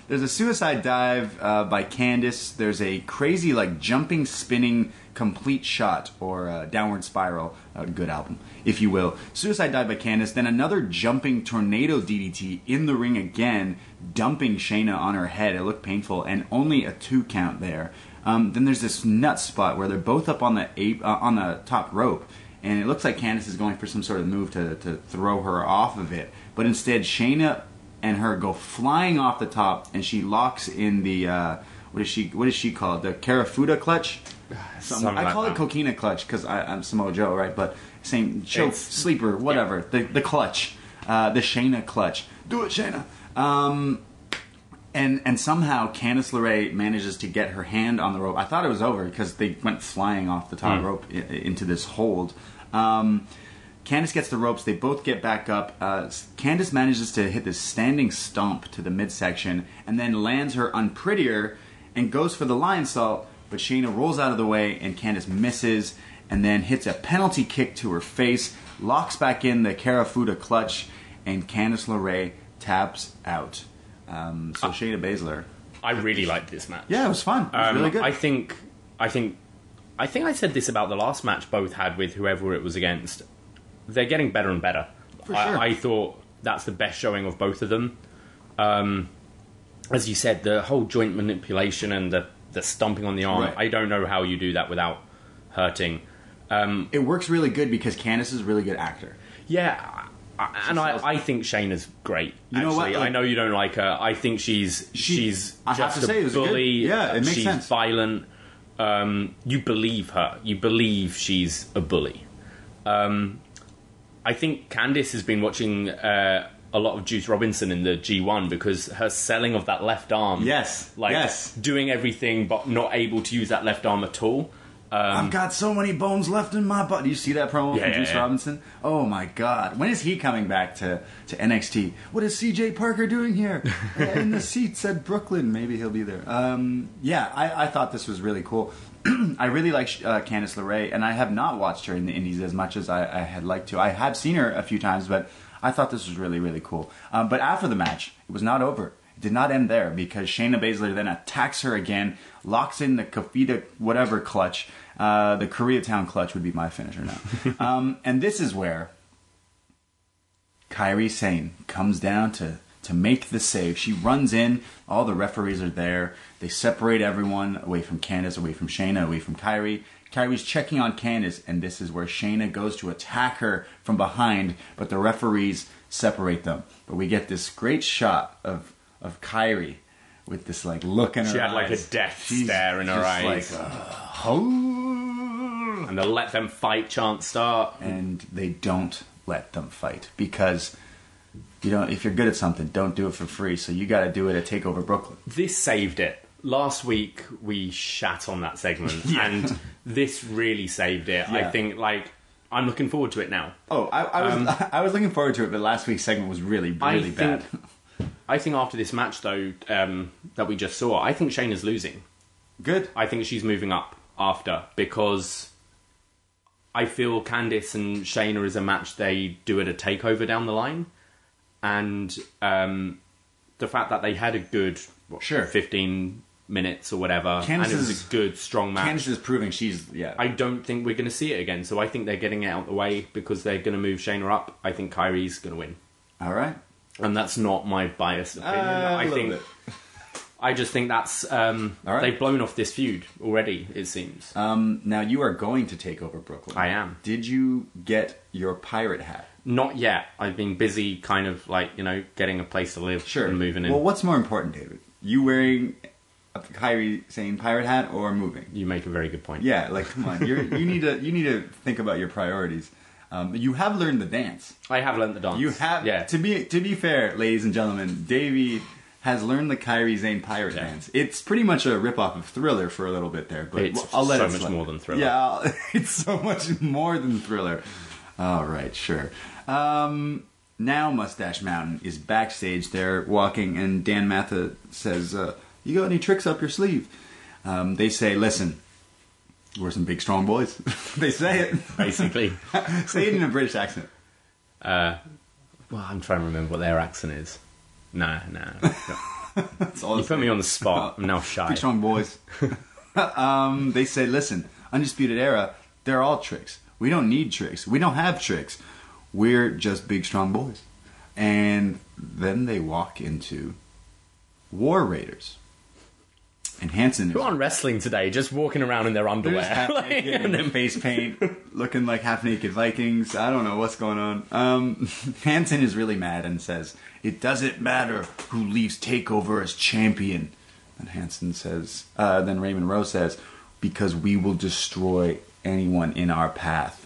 there's a suicide dive uh, by Candace. There's a crazy, like, jumping, spinning, complete shot or uh, downward spiral. Uh, good album, if you will. Suicide dive by Candace. Then another jumping tornado DDT in the ring again, dumping Shayna on her head. It looked painful, and only a two count there. Um, then there's this nut spot where they're both up on the ape, uh, on the top rope, and it looks like Candace is going for some sort of move to, to throw her off of it. But instead, Shayna and her go flying off the top, and she locks in the uh, what is she what is she called the Karafuda clutch? Something- Something I like call it that. Coquina clutch because I'm Samoa Joe, right? But same choke It's- sleeper, whatever the the clutch, uh, the Shayna clutch. Do it, Shayna. Um, and and somehow Candice LeRae manages to get her hand on the rope. I thought it was over because they went flying off the Hmm. top rope i- into this hold. Um, Candice gets the ropes. They both get back up. Uh, Candice manages to hit this standing stomp to the midsection and then lands her unprettier and goes for the lion salt. But Shayna rolls out of the way and Candice misses. and then hits a penalty kick to her face, locks back in the Karafuda clutch, and Candice LeRae taps out. Um, Uh, so Shayna Baszler. I really liked this match. Yeah, it was fun. It was Um, really good. I think, I think, I think I said this about the last match both had with whoever it was against. They're getting better and better. For I, sure. I thought that's the best showing of both of them. Um, as you said, the whole joint manipulation and the the stomping on the arm. Right. I don't know how you do that without hurting. it works really good because Candice is a really good actor. Yeah. I, and I, I think Shayna's great. You know actually, what, like- I know you don't like her. I think she's She- she's I have just to say, it a was a good- bully. yeah, it makes she's sense. violent. Um, you believe her. You believe she's a bully. Um, I think Candice has been watching uh, a lot of Juice Robinson in the G1 because her selling of that left arm. Yes, Like yes. doing everything but not able to use that left arm at all. I've got so many bones left in my body. You see that promo Yeah, from yeah, Juice yeah. Robinson? Oh my God! When is he coming back to, to NXT? What is CJ Parker doing here Uh, in the seats at Brooklyn? Maybe he'll be there. Um, yeah, I, I thought this was really cool. I really like uh, Candice LeRae, and I have not watched her in the Indies as much as I, I had liked to. I have seen her a few times, but I thought this was really really cool. Um, but after the match, it was not over. It did not end there because Shayna Baszler then attacks her again, locks in the Kafita whatever clutch. Uh, the Koreatown clutch would be my finisher now. um, and this is where Kyrie Sane comes down to to make the save. She runs in. All the referees are there. They separate everyone away from Candace, away from Shayna, away from Kyrie. Kyrie's checking on Candace, and this is where Shayna goes to attack her from behind, but the referees separate them. But we get this great shot of of Kyrie with this like look in her She had like a eyes. death She's stare in her just eyes. like, "Ugh." Oh and the let them fight chant start. and they don't let them fight because you know if you're good at something don't do it for free so you got to do it at takeover brooklyn this saved it. Last week we shat on that segment, and this really saved it. Yeah. I think like I'm looking forward to it now. oh i, I was i was looking forward to it but last week's segment was really Um, I really think- bad I think after this match though um, that we just saw, I think Shayna's losing. good I think she's moving up after because I feel Candice and Shayna is a match they do at a takeover down the line, and um, the fact that they had a good what, Sure. 15 minutes or whatever, and it was Candice's- a good strong match. candace is proving she's yeah I don't think we're going to see it again. So I think they're getting it out of the way because they're going to move Shayna up. I think Kyrie's going to win, all right and that's not my biased opinion. Uh, a I little think bit. I just think that's um, All right. they've blown off this feud already. It seems um now you are going to take over brooklyn I am. did you get your pirate hat not yet. I've been busy, kind of like you know, getting a place to live sure and moving in. well what's more important david you wearing a Kyrie saying pirate hat or moving you make a very good point. Yeah, like come on, You're, you need to you need to think about your priorities. Um, you have learned the dance. I have learnt the dance. You have yeah. to be to be fair, ladies and gentlemen. Davey has learned the Kyrie Zane pirate Yeah. dance. It's pretty much a ripoff of Thriller for a little bit there, but It's I'll let so it much slide. more than Thriller. Yeah, I'll- it's so much more than Thriller. All right, sure. Um, now Mustache Mountain is backstage. They're walking, and Dan Matha says, uh, "You got any tricks up your sleeve?" Um, they say, "Listen." We're some big, strong boys. they say it. basically. say it in a British accent. well, I'm trying to remember what their accent is. No, no. That's all you it's put me on the spot. I'm now shy. Big strong boys. um, they say, listen, Undisputed Era, they're all tricks. We don't need tricks. We don't have tricks. We're just big strong boys. And then they walk into War Raiders. And Hanson is Who aren't wrestling today, just walking around in their They're underwear. just half Like, naked and in then- face paint, looking like half naked Vikings. I don't know what's going on. Um, Hanson is really mad and says, It doesn't matter who leaves TakeOver as champion. And Hanson says, uh, Then Raymond Rowe says, Because we will destroy anyone in our path.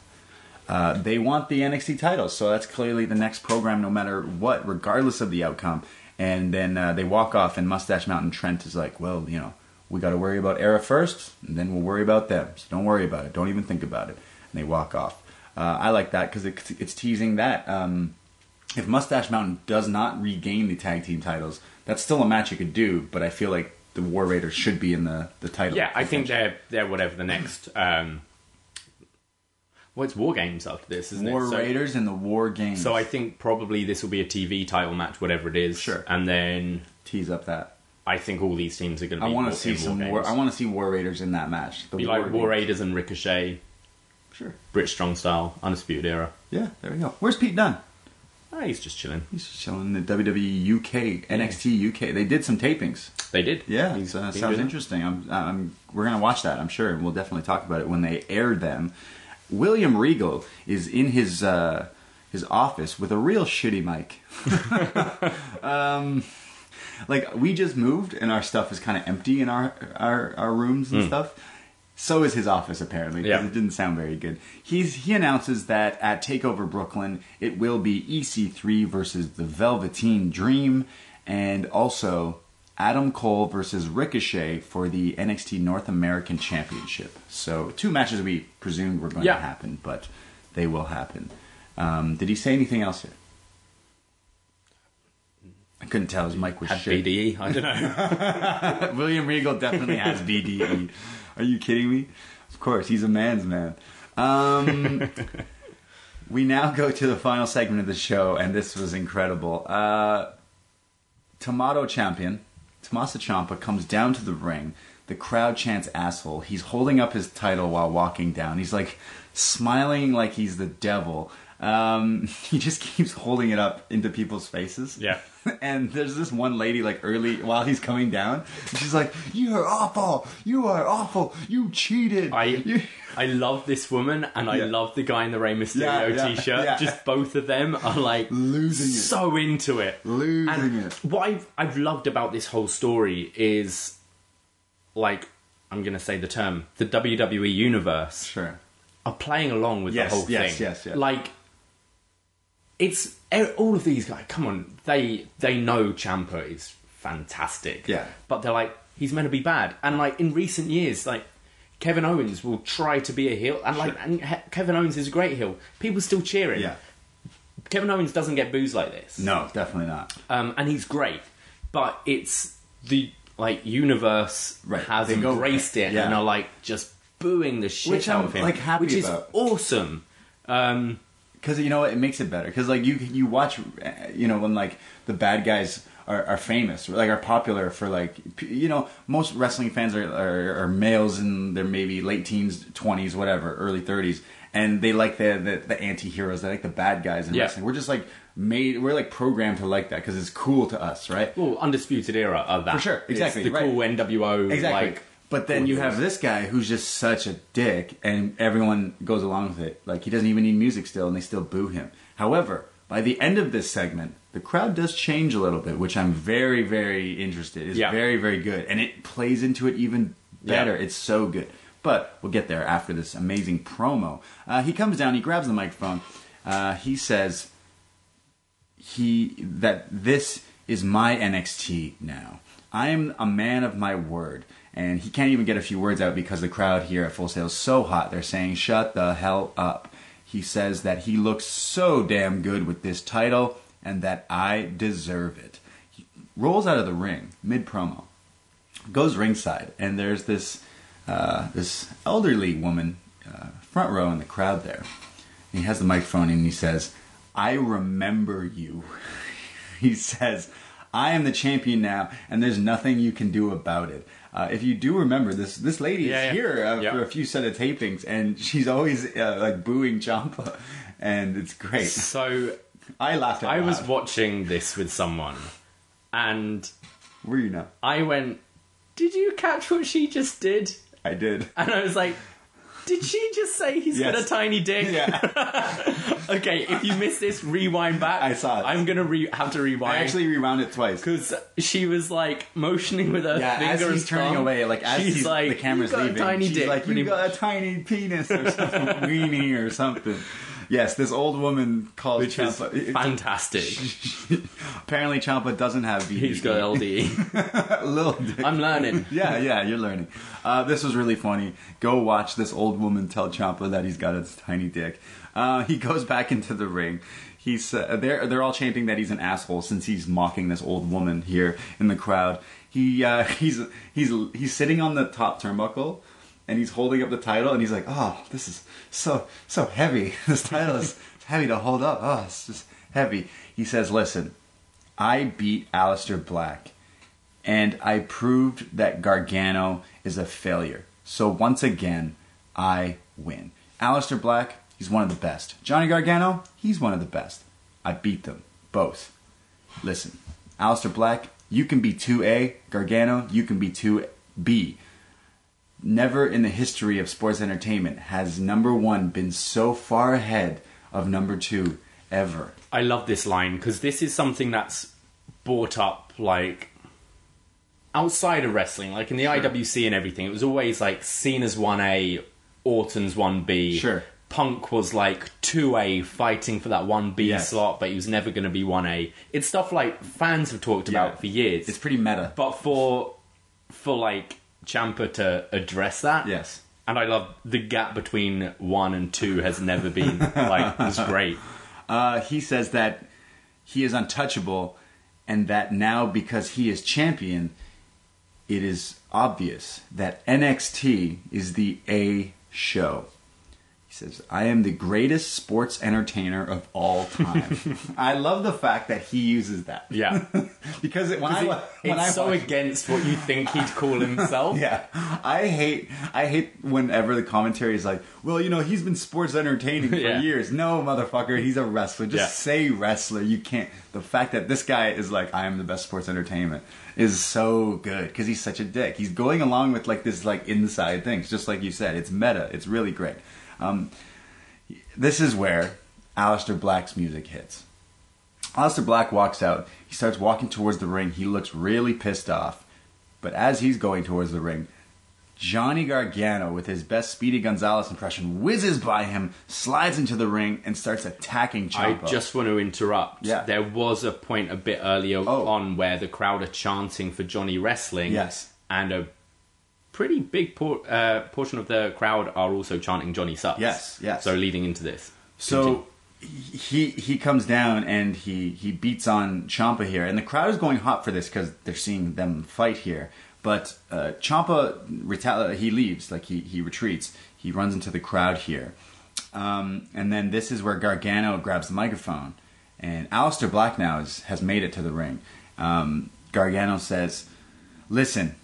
Uh, they want the NXT titles, so that's clearly the next program, no matter what, regardless of the outcome. And then uh, they walk off, and Mustache Mountain Trent is like, "Well, you know, we got to worry about Era first, and then we'll worry about them. So don't worry about it. Don't even think about it." And they walk off. Uh, I like that because it, it's teasing that um, if Mustache Mountain does not regain the tag team titles, that's still a match you could do. But I feel like the War Raiders should be in the the title. yeah, I think they're they're whatever the next um, Well, it's War Games after this, isn't War it? So- Raiders and the War Games. So I think probably this will be a TV title match, whatever it is. Sure. And then tease up that. I think all these teams are going to I be want wa- to see in some. War War, Games. I want to see War Raiders in that match. The be like Games. War Raiders and Ricochet, Sure. Brit Strong style, Undisputed Era. Yeah, there we go. Where's Pete Dunne? Ah, he's just chilling. He's showing the E WWE UK, NXT UK. They did some tapings. They did. Yeah, He's so that been sounds doing it. interesting. I'm, I'm, we're gonna watch that, I'm sure, and we'll definitely talk about it when they air them. William Regal is in his uh, his office with a real shitty mic. um, like we just moved, and our stuff is kind of empty in our our, our rooms and stuff. So is his office apparently. 'cause Hmm. Yeah. it didn't sound very good. He's he announces that at Takeover Brooklyn, it will be EC3 versus the Velveteen Dream, and also Adam Cole versus Ricochet for the NXT North American Championship. So two matches we presumed were going Yeah. to happen, but they will happen. Um, did he say anything else here? I couldn't tell. His mic was Had shit. BDE. I don't know. William Regal definitely has BDE. Are you kidding me? Of course, he's a man's man. Um, we now go to the final segment of the show, and this was incredible. Uh, Tomato Champion, Tomasa Ciampa, comes down to the ring. The crowd chants asshole. He's holding up his title while walking down. He's like smiling like he's the devil. Um, he just keeps holding it up into people's faces Yeah. and there's this one lady like early while he's coming down and she's like you're awful you are awful you cheated You-" I I love this woman and I Yeah. love the guy in the Rey Mysterio Yeah, yeah, t-shirt. yeah. Just both of them are like Losing it. so into it. Losing And it. What I've I've loved about this whole story is like I'm gonna say the term the WWE universe sure are playing along with Yes, the whole yes, thing. yes, yes. Like it's e- all of these guys. Come on, they they know Champa is fantastic. Yeah. but they're like he's meant to be bad. And like in recent years, like Kevin Owens will try to be a heel, and like Sure. and he- Kevin Owens is a great heel. People still cheering. yeah Kevin Owens doesn't get booze like this. no definitely not um, and he's great, but it's the like universe Right, has they go- embraced it yeah. and are like just booing the shit Which out I'm, of him, like, happy which about. is awesome. Um, because you know what it makes it better because like you you watch uh, you know when like the bad guys are, are famous or, like are popular for like p- you know most wrestling fans are, are, are males in their maybe late teens 20s whatever early 30s and they like the the, the anti-heroes they like the bad guys in Yeah. wrestling we're just like made we're like programmed to like that because it's cool to us right well, undisputed era of that For sure, It's exactly, the right. cool NWO exactly. like. but then you have audience. this guy who's just such a dick, and everyone goes along with it. Like he doesn't even need music still, and they still boo him. However, by the end of this segment, the crowd does change a little bit, which I'm very, very interested. It's Yeah. very, very good, and it plays into it even better. Yeah. It's so good. But we'll get there after this amazing promo. Uh, he comes down, he grabs the microphone, uh, he says he that this is my NXT now. I am a man of my word, and he can't even get a few words out because the crowd here at Full Sail is so hot. They're saying, "Shut the hell up." He says that he looks so damn good with this title, and that I deserve it. He rolls out of the ring mid promo, goes ringside, and there's this uh, this elderly woman uh, front row in the crowd there. He has the microphone and he says, "I remember you." he says, "I am the champion now, and there's nothing you can do about it." Uh, if you do remember this, this lady Yeah, is yeah. here uh, Yeah. for a few set of tapings, and she's always uh, like booing Champa, and it's great. So I laughed. Out I was loud. watching this with someone, and Were you not? I went, "Did you catch what she just did?" I did. And I was like, did she just say he's Yes. got a tiny dick? Yeah, Okay, if you missed this, rewind back. I saw it. I'm gonna re- have to rewind. I actually rewound it twice. because she was like motioning with her Yeah, finger as and he's turning thumb. away, like as she's he's, like, the camera's "You got a leaving, tiny she's dick, like, pretty "You got a tiny penis or something, weenie or something." Yes, this old woman calls much, which is Champa. fantastic. Apparently, Champa doesn't have BDE. He's got E. LDE. little dick. I'm learning. yeah, yeah, you're learning. Uh, this was really funny. Go watch this old woman tell Champa that he's got a tiny dick. Uh, he goes back into the ring. He's uh, they're they're all chanting that he's an asshole since he's mocking this old woman here in the crowd. He uh, he's he's he's sitting on the top turnbuckle and he's holding up the title, and he's like, "Oh, this is so so heavy. This title is heavy to hold up. Oh, it's just heavy." He says, "Listen, I beat Aleister Black, and I proved that Gargano is a failure. So once again, I win. Aleister Black, he's one of the best. Johnny Gargano, he's one of the best. I beat them both. Listen, Aleister Black, you can be 2A. Gargano, you can be 2B. Never in the history of sports entertainment has number one been so far ahead of number two ever. I love this line because this is something that's brought up like outside of wrestling, like in the IWC and everything. It was always like Cena's one A, Orton's one B. Sure. Punk was like two A fighting for that one B Yes. slot, but he was never going to be one A. It's stuff like fans have talked Yeah. about for years. It's pretty meta. but for for like Champa to address that, Yes. And I love the gap between one and two has never been like was great. Uh, he says that he is untouchable, and that now because he is champion, it is obvious that NXT is the A show. He says, I am the greatest sports entertainer of all time. I love the fact that he uses that. Yeah. because it, when I, It- wa- when I it's so watch- against what you think he'd call himself. yeah, I hate I hate whenever the commentary is like, well, you know, he's been sports entertaining for Yeah. years. No, motherfucker, he's a wrestler. Just Yeah. say wrestler. You can't. The fact that this guy is like, I am the best sports entertainment is so good because he's such a dick. He's going along with like this like inside things, just like you said. It's meta. It's really great. Um, this is where Aleister Black's music hits. Alistair Black walks out. He starts walking towards the ring. He looks really pissed off. But as he's going towards the ring, Johnny Gargano, with his best Speedy Gonzalez impression, whizzes by him, slides into the ring, and starts attacking I Ciampa. just want to interrupt. Yeah. There was a point a bit earlier Oh. on where the crowd are chanting for Johnny Wrestling. Yes. And a pretty big por- uh, portion of the crowd are also chanting Johnny Sucks. Yes, yes. So leading into this. So he he comes down and he he beats on Champa here, and the crowd is going hot for this because they're seeing them fight here. But uh, Champa retali- he leaves, like he he retreats. He runs into the crowd here, um, and then this is where Gargano grabs the microphone, and Alistair Black now is, has made it to the ring. Um, Gargano says, "Listen,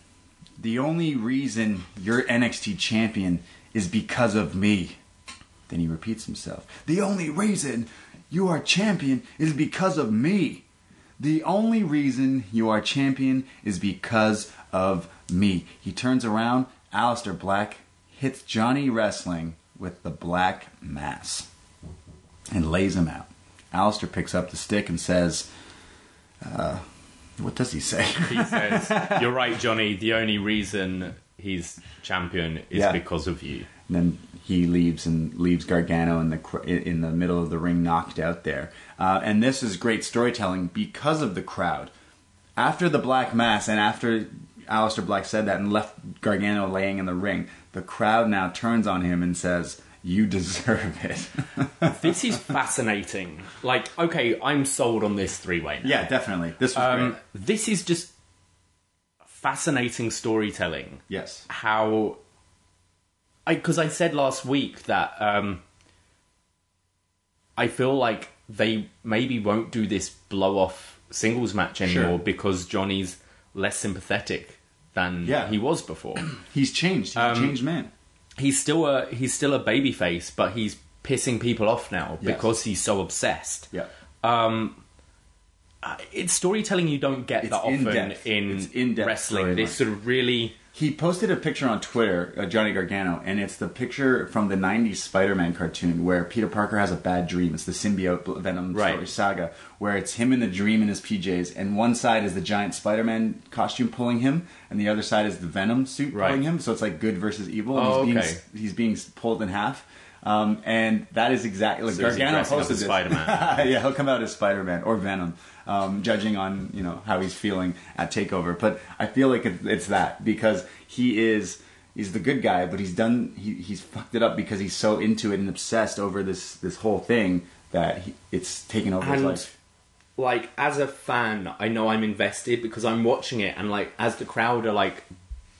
the only reason you're NXT champion is because of me." Then he repeats himself. The only reason you are champion is because of me. The only reason you are champion is because of me. He turns around. Alistair Black hits Johnny Wrestling with the Black Mass and lays him out. Alistair picks up the stick and says, uh, What does he say? He says, You're right, Johnny. The only reason he's champion is Yeah. because of you. And then he leaves and leaves Gargano in the cr- in the middle of the ring, knocked out there. Uh, and this is great storytelling because of the crowd. After the Black Mass and after Aleister Black said that and left Gargano laying in the ring, the crowd now turns on him and says, "You deserve it." This is fascinating. Like, okay, I'm sold on this three way now. yeah, definitely. This was Um, great. this is just fascinating storytelling. Yes. How, I because I said last week that um, I feel like they maybe won't do this blow off singles match anymore because Johnny's less sympathetic than Yeah. he was before. He's changed. He's a changed man. he's still a he's still a babyface, but he's pissing people off now Yes. because he's so obsessed Yeah. uh, it's storytelling you don't get It's that often in-depth. in, It's in-depth wrestling. storyline. This sort of really He posted a picture on Twitter, uh, Johnny Gargano, and it's the picture from the 90s Spider Man cartoon where Peter Parker has a bad dream. It's the symbiote bl- Venom Right. story saga where it's him in the dream in his PJs, and one side is the giant Spider Man costume pulling him, and the other side is the Venom suit Right. pulling him. So it's like good versus evil. and Oh, he's, okay. being, he's being s- pulled in half. Um, and that is exactly like So is he Gargano dressing up posted as this. Spider-Man? yeah, he'll come out as Spider Man or Venom, um, judging on you know how he's feeling at Takeover. But I feel like it- it's that because he is he's the good guy, but he's done he, he's fucked it up because he's so into it and obsessed over this this whole thing that he, it's taken over his And- life. like as a fan, I know I'm invested because I'm watching it, and like as the crowd are like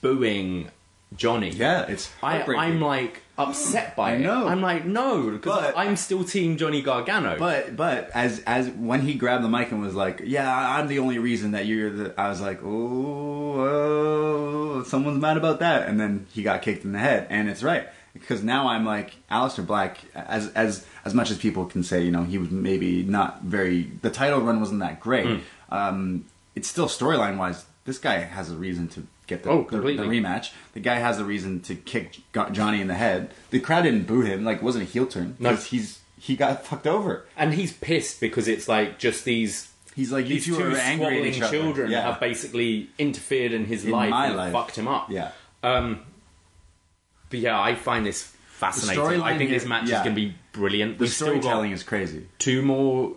booing Johnny. Yeah, it's I, heartbreaking. I'm like upset by I it. know. I'm like no, because But- I'm still Team Johnny Gargano. But but as as when he grabbed the mic and was like, "Yeah, I- I'm the only reason that you're," the, I was like, "Oh, oh, someone's mad about that." And then he got kicked in the head, and it's right because now I'm like Alistair Black. As as as much as people can say, you know, he was maybe not very. The title run wasn't that great. Hmm. Um, it's still storyline wise. This guy has a reason to get the, Oh, the, the completely. rematch. The guy has a reason to kick Jo- Johnny in the head. The crowd didn't boo him. Like, it wasn't a heel turn. No. 'cause he's he got fucked over. and he's pissed because it's like just these. He's like, you These two, two are angry at squabbling each other. children Yeah. have basically interfered in his In life my and life. fucked him up. Yeah. Um, but yeah, I find this fascinating. The storyline I think this here- match yeah. is going to be brilliant. The We've still storytelling got is crazy. two more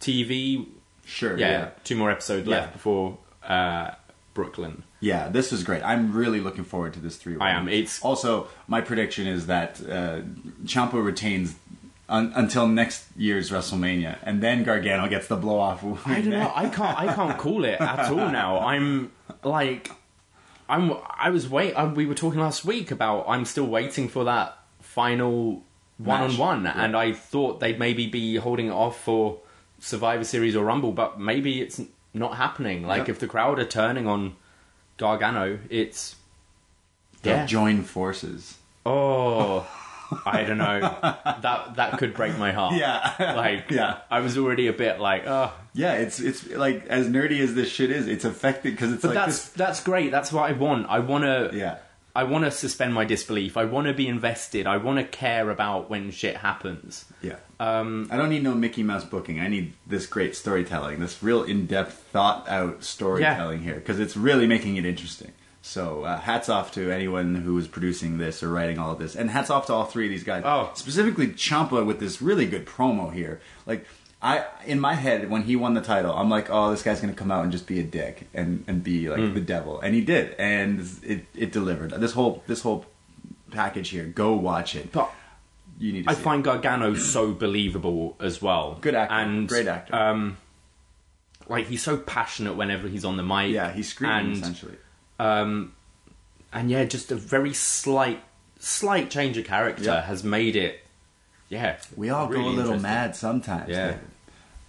TV, Sure. yeah, Yeah. two more episodes Yeah. left before uh, Brooklyn. Yeah, this is great. I'm really looking forward to this three. I am. It's- also my prediction is that uh, Champa retains un- until next year's WrestleMania, and then Gargano gets the blow off. I don't know. I can't. I can't call it at all now. I'm like, I'm. I was wait. I, we were talking last week about. I'm still waiting for that final one on one, Match. and I thought they'd maybe be holding it off for Survivor Series or Rumble, but maybe it's not happening. Like Yep. if the crowd are turning on Gargano, it's They'll yeah. join forces. Oh, I don't know. that that could break my heart. Yeah. Like Yeah. I was already a bit like, oh, Yeah, it's it's like as nerdy as this shit is, it's affected because it's But like that's that's great. That's what I want. I want to. this, yeah. I want to suspend my disbelief. I want to be invested. I want to care about when shit happens. Yeah. Um, I don't need no Mickey Mouse booking. I need this great storytelling, this real in-depth, thought-out storytelling here, 'cause here, because it's really making it interesting. So uh, hats off to anyone who is producing this or writing all of this, and hats off to all three of these guys. Oh. specifically Champa with this really good promo here. Like I, in my head, when he won the title, I'm like, oh, this guy's gonna come out and just be a dick and and be like Mm. the devil, and he did, and it it delivered. This whole this whole package here. Go watch it. But you need. To Oh. I see it. find Gargano so believable as well. Good actor. and Great actor. Um, like he's so passionate whenever he's on the mic. Yeah, he's screaming and essentially. Um, and yeah, just a very slight slight change of character Yeah. has made it. Yeah, We all really go a little interesting. mad sometimes. Yeah. David.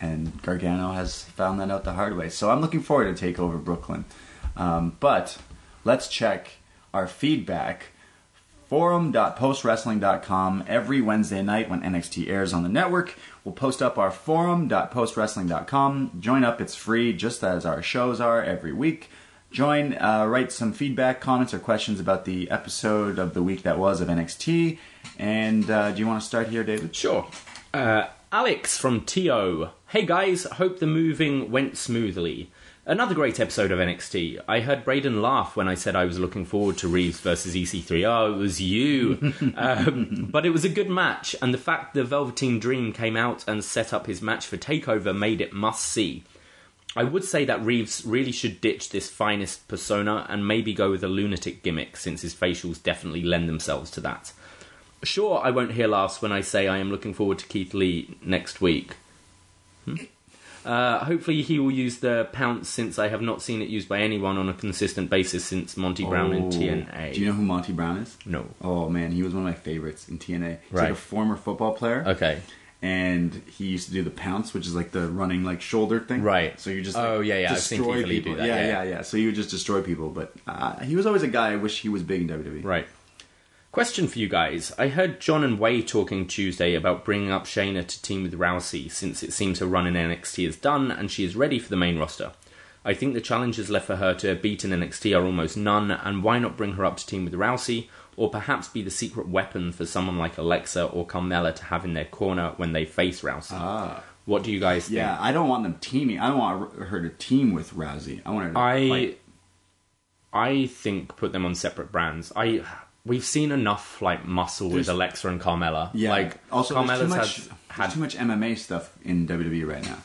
And Gargano has found that out the hard way. So I'm looking forward to Takeover Brooklyn. Um, but let's check our feedback. Forum.postwrestling.com every Wednesday night when NXT airs on the network. We'll post up our forum.postwrestling.com. Join up, it's free, just as our shows are every week. Join, uh, write some feedback, comments, or questions about the episode of the week that was of NXT. And uh, do you want to start here, David? Sure. Uh, Alex from TO. Hey guys, hope the moving went smoothly. Another great episode of NXT. I heard Braden laugh when I said I was looking forward to Reeves versus EC3. Oh, it was you. um, but it was a good match, and the fact the Velveteen Dream came out and set up his match for TakeOver made it must see. I would say that Reeves really should ditch this finest persona and maybe go with a lunatic gimmick, since his facials definitely lend themselves to that. Sure, I won't hear last when I say I am looking forward to Keith Lee next week. Hmm? Uh, hopefully, he will use the pounce since I have not seen it used by anyone on a consistent basis since Monty Brown in Oh. TNA. Do you know who Monty Brown is? No. Oh man, he was one of my favorites in TNA. He's like a Right. former football player. Okay. And he used to do the pounce, which is like the running like shoulder thing. Right. So you just Oh, like, yeah, yeah, I've seen destroy Keith Lee do people. that, yeah, yeah, yeah. yeah. So you would just destroy people. But uh, he was always a guy I wish he was big in E. WWE. Right. Question for you guys. I heard John and Way talking Tuesday about bringing up Shayna to team with Rousey since it seems her run in NXT is done and she is ready for the main roster. I think the challenges left for her to beat in NXT are almost none, and why not bring her up to team with Rousey, or perhaps be the secret weapon for someone like Alexa or Carmella to have in their corner when they face Rousey? What do you guys think? Yeah, I don't want them teaming. I don't want her to team with Rousey. I want her to I fight. I think put them on separate brands. I we've seen enough like muscle There's- with Alexa and Carmella. Yeah. like also, there's too Carmella's much, has there's had. too much MMA stuff in WWE right now.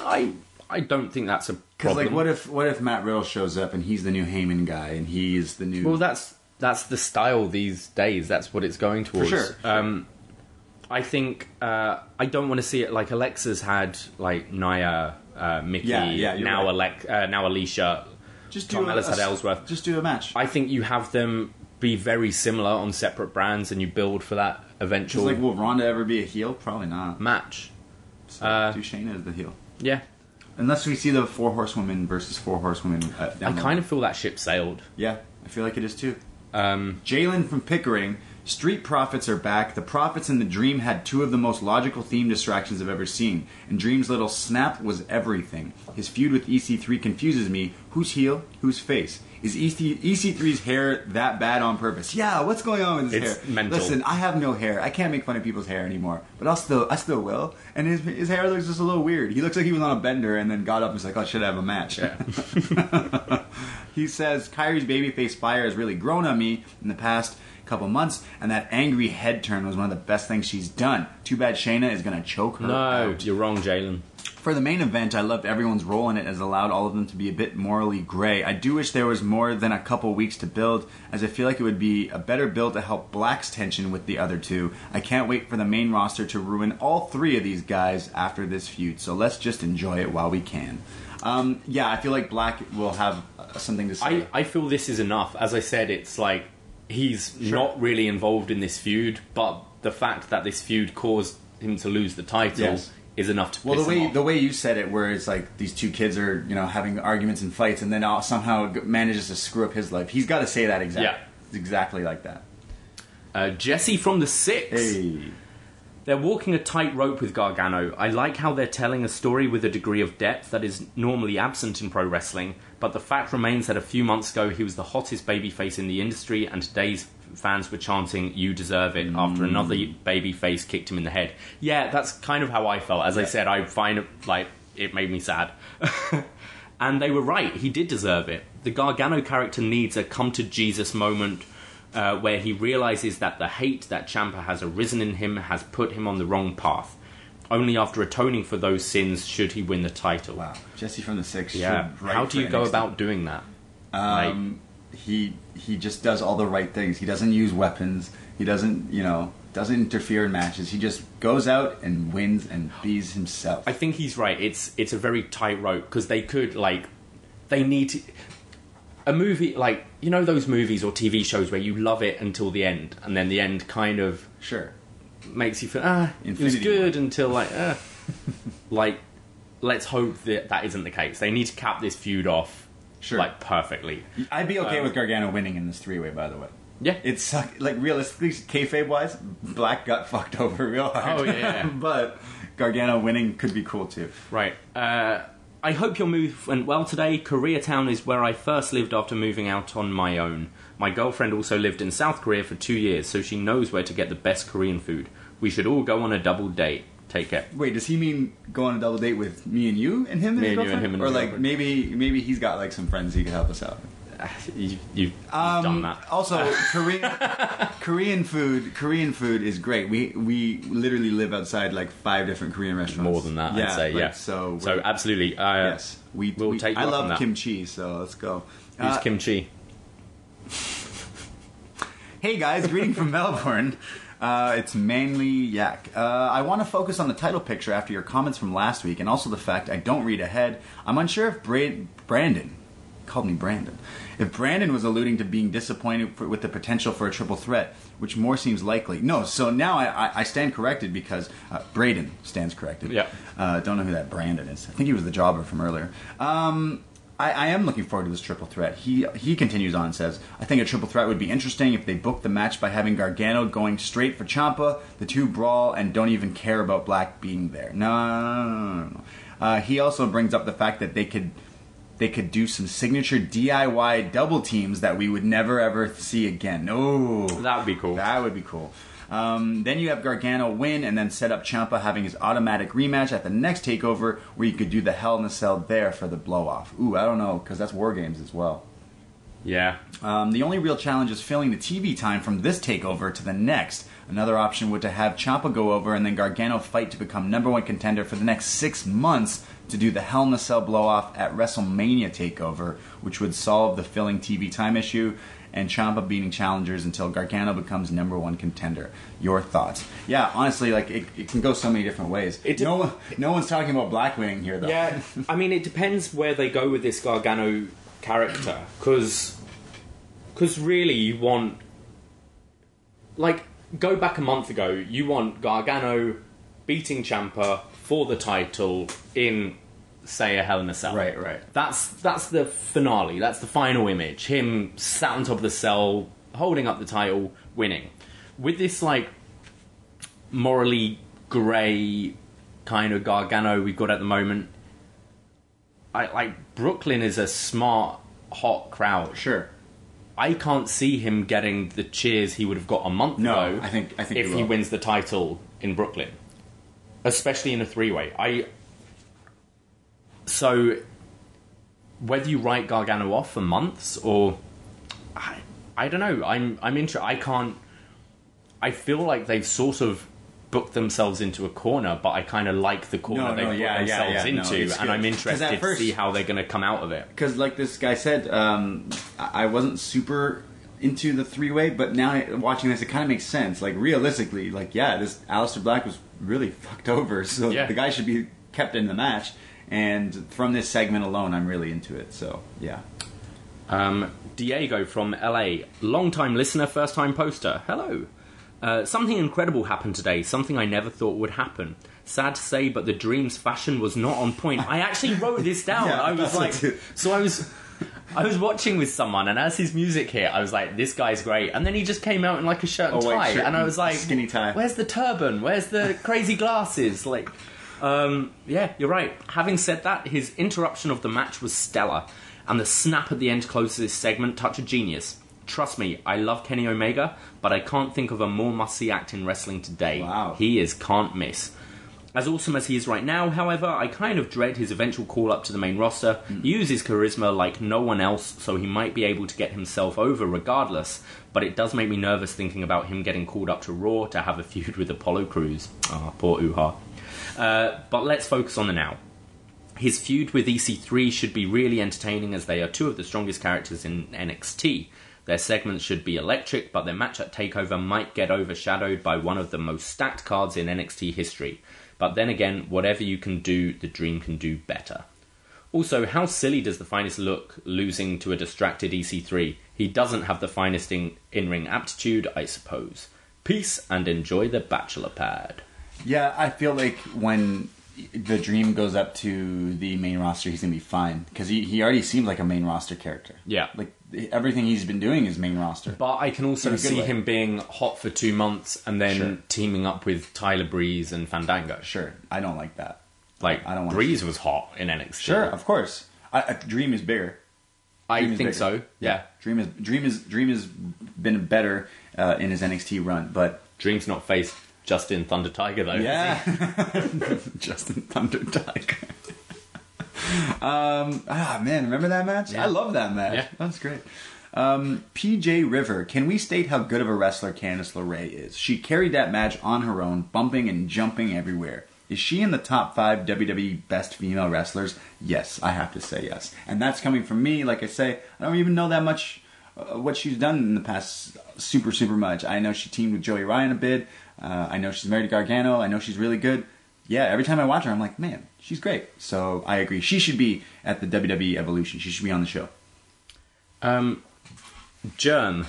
I I don't think that's a Because problem. like, what if what if Matt Riddle shows up and he's the new Heyman guy and he's the new well, that's that's the style these days. That's what it's going towards. sure. Um, I think uh, I don't want to see it like Alexa's had like Naya, uh, Mickey, Yeah, yeah, you're now right. Alex, uh, now Alicia. Just Carmella's had Ellsworth. Just do a match. I think you have them be very similar on separate brands, and you build for that It's eventual like, will Ronda ever be a heel? Probably not. match. So Uh, do Shayna as the heel. Yeah, Unless we see the four horsewomen versus four horsewomen. Uh, down I the kind line. of feel that ship sailed. Yeah, I feel like it is too. Um, Jalen from Pickering. Street Profits are back. The Profits and the Dream had two of the most logical theme distractions I've ever seen, and Dream's little snap was everything. His feud with EC3 confuses me. Who's heel? Who's face? Is E EC- EC3's hair that bad on purpose? Yeah, what's going on with his It's hair? mental. Listen, I have no hair. I can't make fun of people's hair anymore, but I still, I still will. And his, his hair looks just a little weird. He looks like he was on a bender and then got up and was like, "Oh, should I have a match?" He says Kyrie's babyface fire has really grown on me in the past couple months, and that angry head turn was one of the best things she's done. Too bad Shayna is gonna choke her. no, out. you're wrong, Jalen. For the main event, I loved everyone's role in it as it allowed all of them to be a bit morally gray. I do wish there was more than a couple weeks to build, as I feel like it would be a better build to help Black's tension with the other two. I can't wait for the main roster to ruin all three of these guys after this feud, so let's just enjoy it while we can. Um, yeah, I feel like Black will have uh, something to say. I, I feel this is enough. As I said, it's like he's Sure. not really involved in this feud, but the fact that this feud caused him to lose the title Yes. is enough to Well, piss the way him off. the way you said it, where it's like these two kids are, you know, having arguments and fights, and then all, somehow g- manages to screw up his life. He's got to say that exactly, Yeah. exactly like that. uh, Jesse from the Six. Hey, They're walking a tightrope with Gargano. I like how they're telling a story with a degree of depth that is normally absent in pro wrestling, but the fact remains that a few months ago he was the hottest babyface in the industry, and today's fans were chanting, You deserve it, after another babyface kicked him in the head. Yeah, that's kind of how I felt. As I said, I find it like it made me sad. and they were right, he did deserve it. The Gargano character needs a come to Jesus moment uh, where he realizes that the hate that Champa has arisen in him has put him on the wrong path. Only after atoning for those sins should he win the title. wow, Jesse from the Six. Yeah. should write How do for you go NXT. about doing that? Um, He he just does all the right things. He doesn't use weapons. He doesn't, you know, doesn't interfere in matches. He just goes out and wins and bees himself. I think he's right. It's it's a very tight rope because they could like they need to, a movie like you know those movies or TV shows where you love it until the end and then the end kind of sure. makes you feel ah it was Infinity good until like ah like let's hope that that isn't the case. They need to cap this feud off Sure. like perfectly. I'd be okay Um, with Gargano winning in this three way. By the way. Yeah. It sucked. Like realistically, kayfabe wise, Black got fucked over real hard. Oh, yeah, yeah. but Gargano winning could be cool too. Right. Uh, I hope your move went well today. Koreatown is where I first lived after moving out on my own. My girlfriend also lived in South Korea for two years, so she knows where to get the best Korean food. We should all go on a double date. Take care. Wait, does he mean go on a double date with me and you and him and Me his and you and girlfriend? him and or his like girlfriend. maybe maybe he's got like some friends he could help us out. with. You, you've, Um, you've done that. Also, Korean Korean food Korean food is great. We we literally live outside like five different Korean restaurants. More than that, yeah, I'd say. like, yeah. So so we're- absolutely. Uh, yes, we we'll we- take you I up on love that. kimchi, so let's go. Who's Uh, kimchi? Hey guys, greeting from Melbourne. Uh, it's mainly Yak. Uh, I want to focus on the title picture after your comments from last week, and also the fact I don't read ahead. I'm unsure if Bra- Brandon called me Brandon. If Brandon was alluding to being disappointed for, with the potential for a triple threat, which more seems likely. No, so now I, I, I stand corrected because uh, Braden stands corrected. Yeah. Uh, don't know who that Brandon is. I think he was the jobber from earlier. Um, I, I am looking forward to this triple threat. He he continues on and says, I think a triple threat would be interesting if they booked the match by having Gargano going straight for Champa, the two brawl, and don't even care about Black being there. No, no, no, no, no. Uh, he also brings up the fact that they could they could do some signature DIY double teams that we would never ever see again. Oh, That would be cool. that would be cool. Um, then you have Gargano win and then set up Champa having his automatic rematch at the next takeover, where you could do the Hell in a Cell there for the blow off. Ooh, I don't know because that's War Games as well. Yeah. Um, the only real challenge is filling the TV time from this takeover to the next. Another option would to have Champa go over and then Gargano fight to become number one contender for the next six months to do the Hell in a Cell blow off at WrestleMania takeover, which would solve the filling TV time issue and Champa beating challengers until Gargano becomes number one contender. Your thoughts? Yeah, honestly, like it, it can go so many different ways. It no, one- no one's talking about Black winning here though. Yeah, I mean, it depends where they go with this Gargano character, because really you want like go back a month ago, you want Gargano beating Champa for the title in say a Hell in a Cell. Right, right. That's that's the finale. That's the final image. Him sat on top of the cell, holding up the title, winning. With this like morally grey kind of Gargano we've got at the moment, I like Brooklyn is a smart, hot crowd. Sure. I can't see him getting the cheers he would have got a month No, ago. I think- I think if he he will. wins the title in Brooklyn, especially in a three-way. I so whether you write Gargano off for months or I, I don't know. I'm I'm inter- I can't. I feel like they've sort of booked themselves into a corner, but I kind of like the corner No, they've no, booked yeah, yeah, themselves yeah, no, into, it's and good. I'm 'Cause at interested first- to see how they're going to come out of it. because like this guy said um, i I wasn't super into the three way but now I- watching this it kind of makes sense like realistically like yeah this Alistair black was really fucked over so Yeah. the guy should be kept in the match and from this segment alone i'm really into it so yeah Um, Diego from LA, long time listener, first time poster. Hello. Uh, something incredible happened today, something I never thought would happen. Sad to say, but the dream's fashion was not on point. I actually wrote this down. Yeah, I was that's what like, I did. so I was. I was watching with someone, and as his music hit, I was like, "This guy's great." And then he just came out in like a shirt and A tie, white shirt and I and was like, Oh, skinny tie. Where's the turban? Where's the crazy glasses?" Like, um, yeah, you're right. Having said that, his interruption of the match was stellar, and the snap at the end closes this segment touch of genius. Trust me, I love Kenny Omega, but I can't think of a more must see act in wrestling today. Wow. He is can't miss. As awesome as he is right now, however, I kind of dread his eventual call up to the main roster. He uses charisma like no one else, so he might be able to get himself over regardless, but it does make me nervous thinking about him getting called up to Raw to have a feud with Apollo Crews. Ah, poor Uha. Uh, but let's focus on the now. His feud with EC3 should be really entertaining as they are two of the strongest characters in NXT. Their segments should be electric, but their match at TakeOver might get overshadowed by one of the most stacked cards in NXT history. But then again, whatever you can do, the dream can do better. Also, how silly does the finest look losing to a distracted EC3? He doesn't have the finest in ring aptitude, I suppose. Peace and enjoy the Bachelor Pad. yeah i feel like when the dream goes up to the main roster he's gonna be fine because he, he already seems like a main roster character Yeah. like everything he's been doing is main roster But I can In also a good see way. him being hot for two months and then Sure. teaming up with Tyler Breeze and Fandango. sure i don't like that Like I don't want Breeze was hot in NXT. sure of course I, I, dream is bigger I Dream think is bigger. so. Yeah. Dream is Dream is Dream has been better uh, in his NXT run, but Dream's not faced Justin Thunder Tiger though. yeah, Justin Thunder Tiger. um, ah man, remember that match? I love that match. Yeah. That was great. Um, PJ River, can we state how good of a wrestler Candice LeRae is? She carried that match on her own, bumping and jumping everywhere. Is she in the top five WWE best female wrestlers? Yes, I have to say yes. And that's coming from me. Like I say, I don't even know that much uh, what she's done in the past super, super much. I know she teamed with Joey Ryan a bit. Uh, I know she's married to Gargano. I know she's really good yeah, every time I watch her, I'm like, man, she's great. So I agree. She should be at the WWE Evolution. She should be on the show. Um Germ.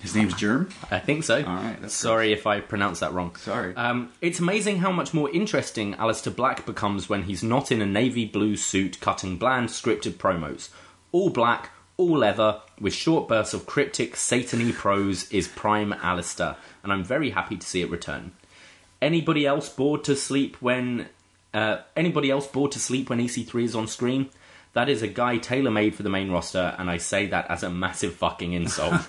His name's Germ. I think so. right, that's Sorry if I pronounced that wrong. Sorry. Um, it's amazing how much more interesting Alistair Black becomes when he's not in a navy blue suit cutting bland scripted promos. All black, all leather, with short bursts of cryptic, satany prose is prime Alistair, and I'm very happy to see it return. Anybody else bored to sleep when uh, anybody else bored to sleep when EC3 is on screen? That is a guy tailor made for the main roster, and I say that as a massive fucking insult.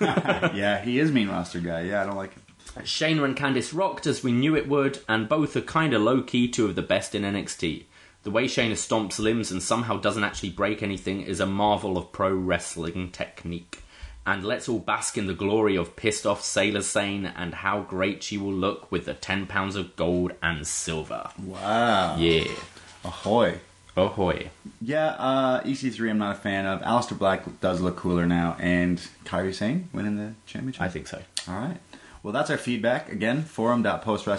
yeah, he is main roster guy. Yeah, I don't like him. Shayna and Candice rocked as we knew it would, and both are kinda low key two of the best in NXT. The way Shayna stomps limbs and somehow doesn't actually break anything is a marvel of pro wrestling technique. And let's all bask in the glory of pissed off Sailor Sane and how great she will look with the 10 pounds of gold and silver. Wow. Yeah. Ahoy. Ahoy. Yeah, uh, EC3 I'm not a fan of. Alistair Black does look cooler now, and Kyrie Sane winning the championship. I think so. All right. Well, that's our feedback. Again,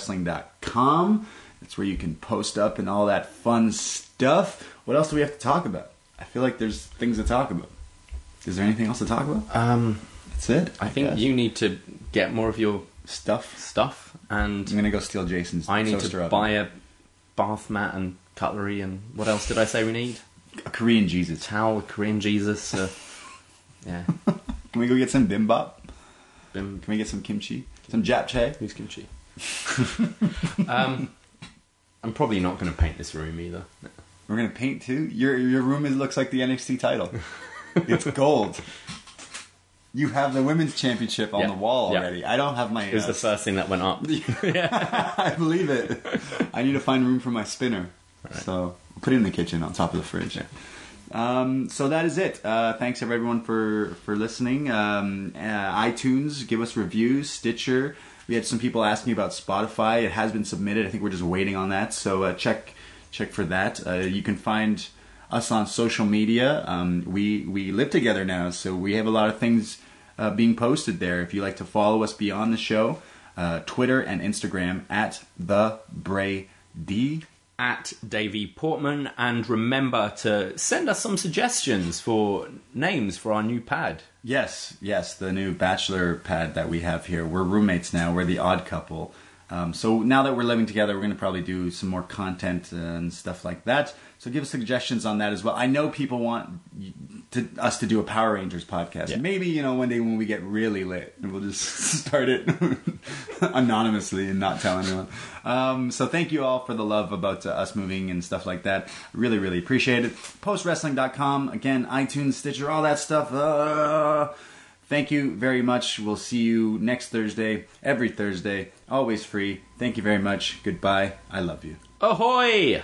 forum.postwrestling.com. That's where you can post up and all that fun stuff. What else do we have to talk about? I feel like there's things to talk about. Is there anything else to talk about? Um, That's it. I think guess. you need to get more of your Stuff. stuff, and I'm gonna go steal Jason's. I need toaster to oven. buy a bath mat and cutlery and what else did I say we need? a Korean Jesus. Towel, Korean Jesus. Uh, yeah, Can we go get some bimbap? bim, Can we get some kimchi? Some japchae? who's kimchi? um, I'm probably not going to paint this room either. We're gonna paint too. Your your room is, looks like the NXT title. it's gold. You have the women's championship on Yeah, the wall yeah. already. I don't have my. It was uh, the first thing that went up. I believe it. I need to find room for my spinner. So put it in the kitchen on top of the fridge. Um, so that is it. Uh, thanks everyone for for listening. Um, uh, iTunes, give us reviews. Stitcher. We had some people asking about Spotify. It has been submitted. I think we're just waiting on that. So uh, check check for that. Uh, you can find us on social media. Um, we we live together now, so we have a lot of things uh, being posted there. If you like to follow us beyond the show, uh, Twitter and Instagram at the Bray D. at Davey Portman, and remember to send us some suggestions for names for our new pad. Yes, yes, the new bachelor pad that we have here. We're roommates now. We're the odd couple. Um, so now that we're living together, we're going to probably do some more content and stuff like that. So give us suggestions on that as well. I know people want y- to, us to do a Power Rangers podcast. Maybe you know one day when we get really lit, we'll just start it anonymously and not tell anyone. Um, so thank you all for the love about uh, us moving and stuff like that. Really, really appreciate it. Postwrestling.com again, iTunes, Stitcher, all that stuff. Uh, Thank you very much. We'll see you next Thursday, every Thursday, always free. Thank you very much. Goodbye. I love you. Ahoy!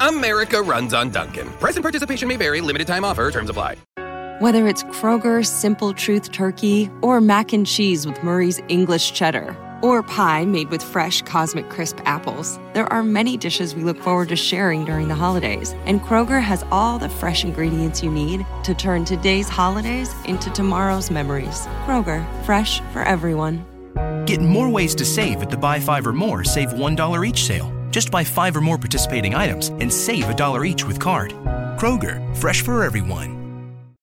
America runs on Dunkin'. Present participation may vary, limited time offer, terms apply. Whether it's Kroger Simple Truth Turkey or mac and cheese with Murray's English Cheddar or pie made with fresh Cosmic Crisp apples, there are many dishes we look forward to sharing during the holidays. And Kroger has all the fresh ingredients you need to turn today's holidays into tomorrow's memories. Kroger, fresh for everyone. Get more ways to save at the buy five or more, save $1 each sale. Just buy five or more participating items and save a dollar each with card. Kroger, fresh for everyone.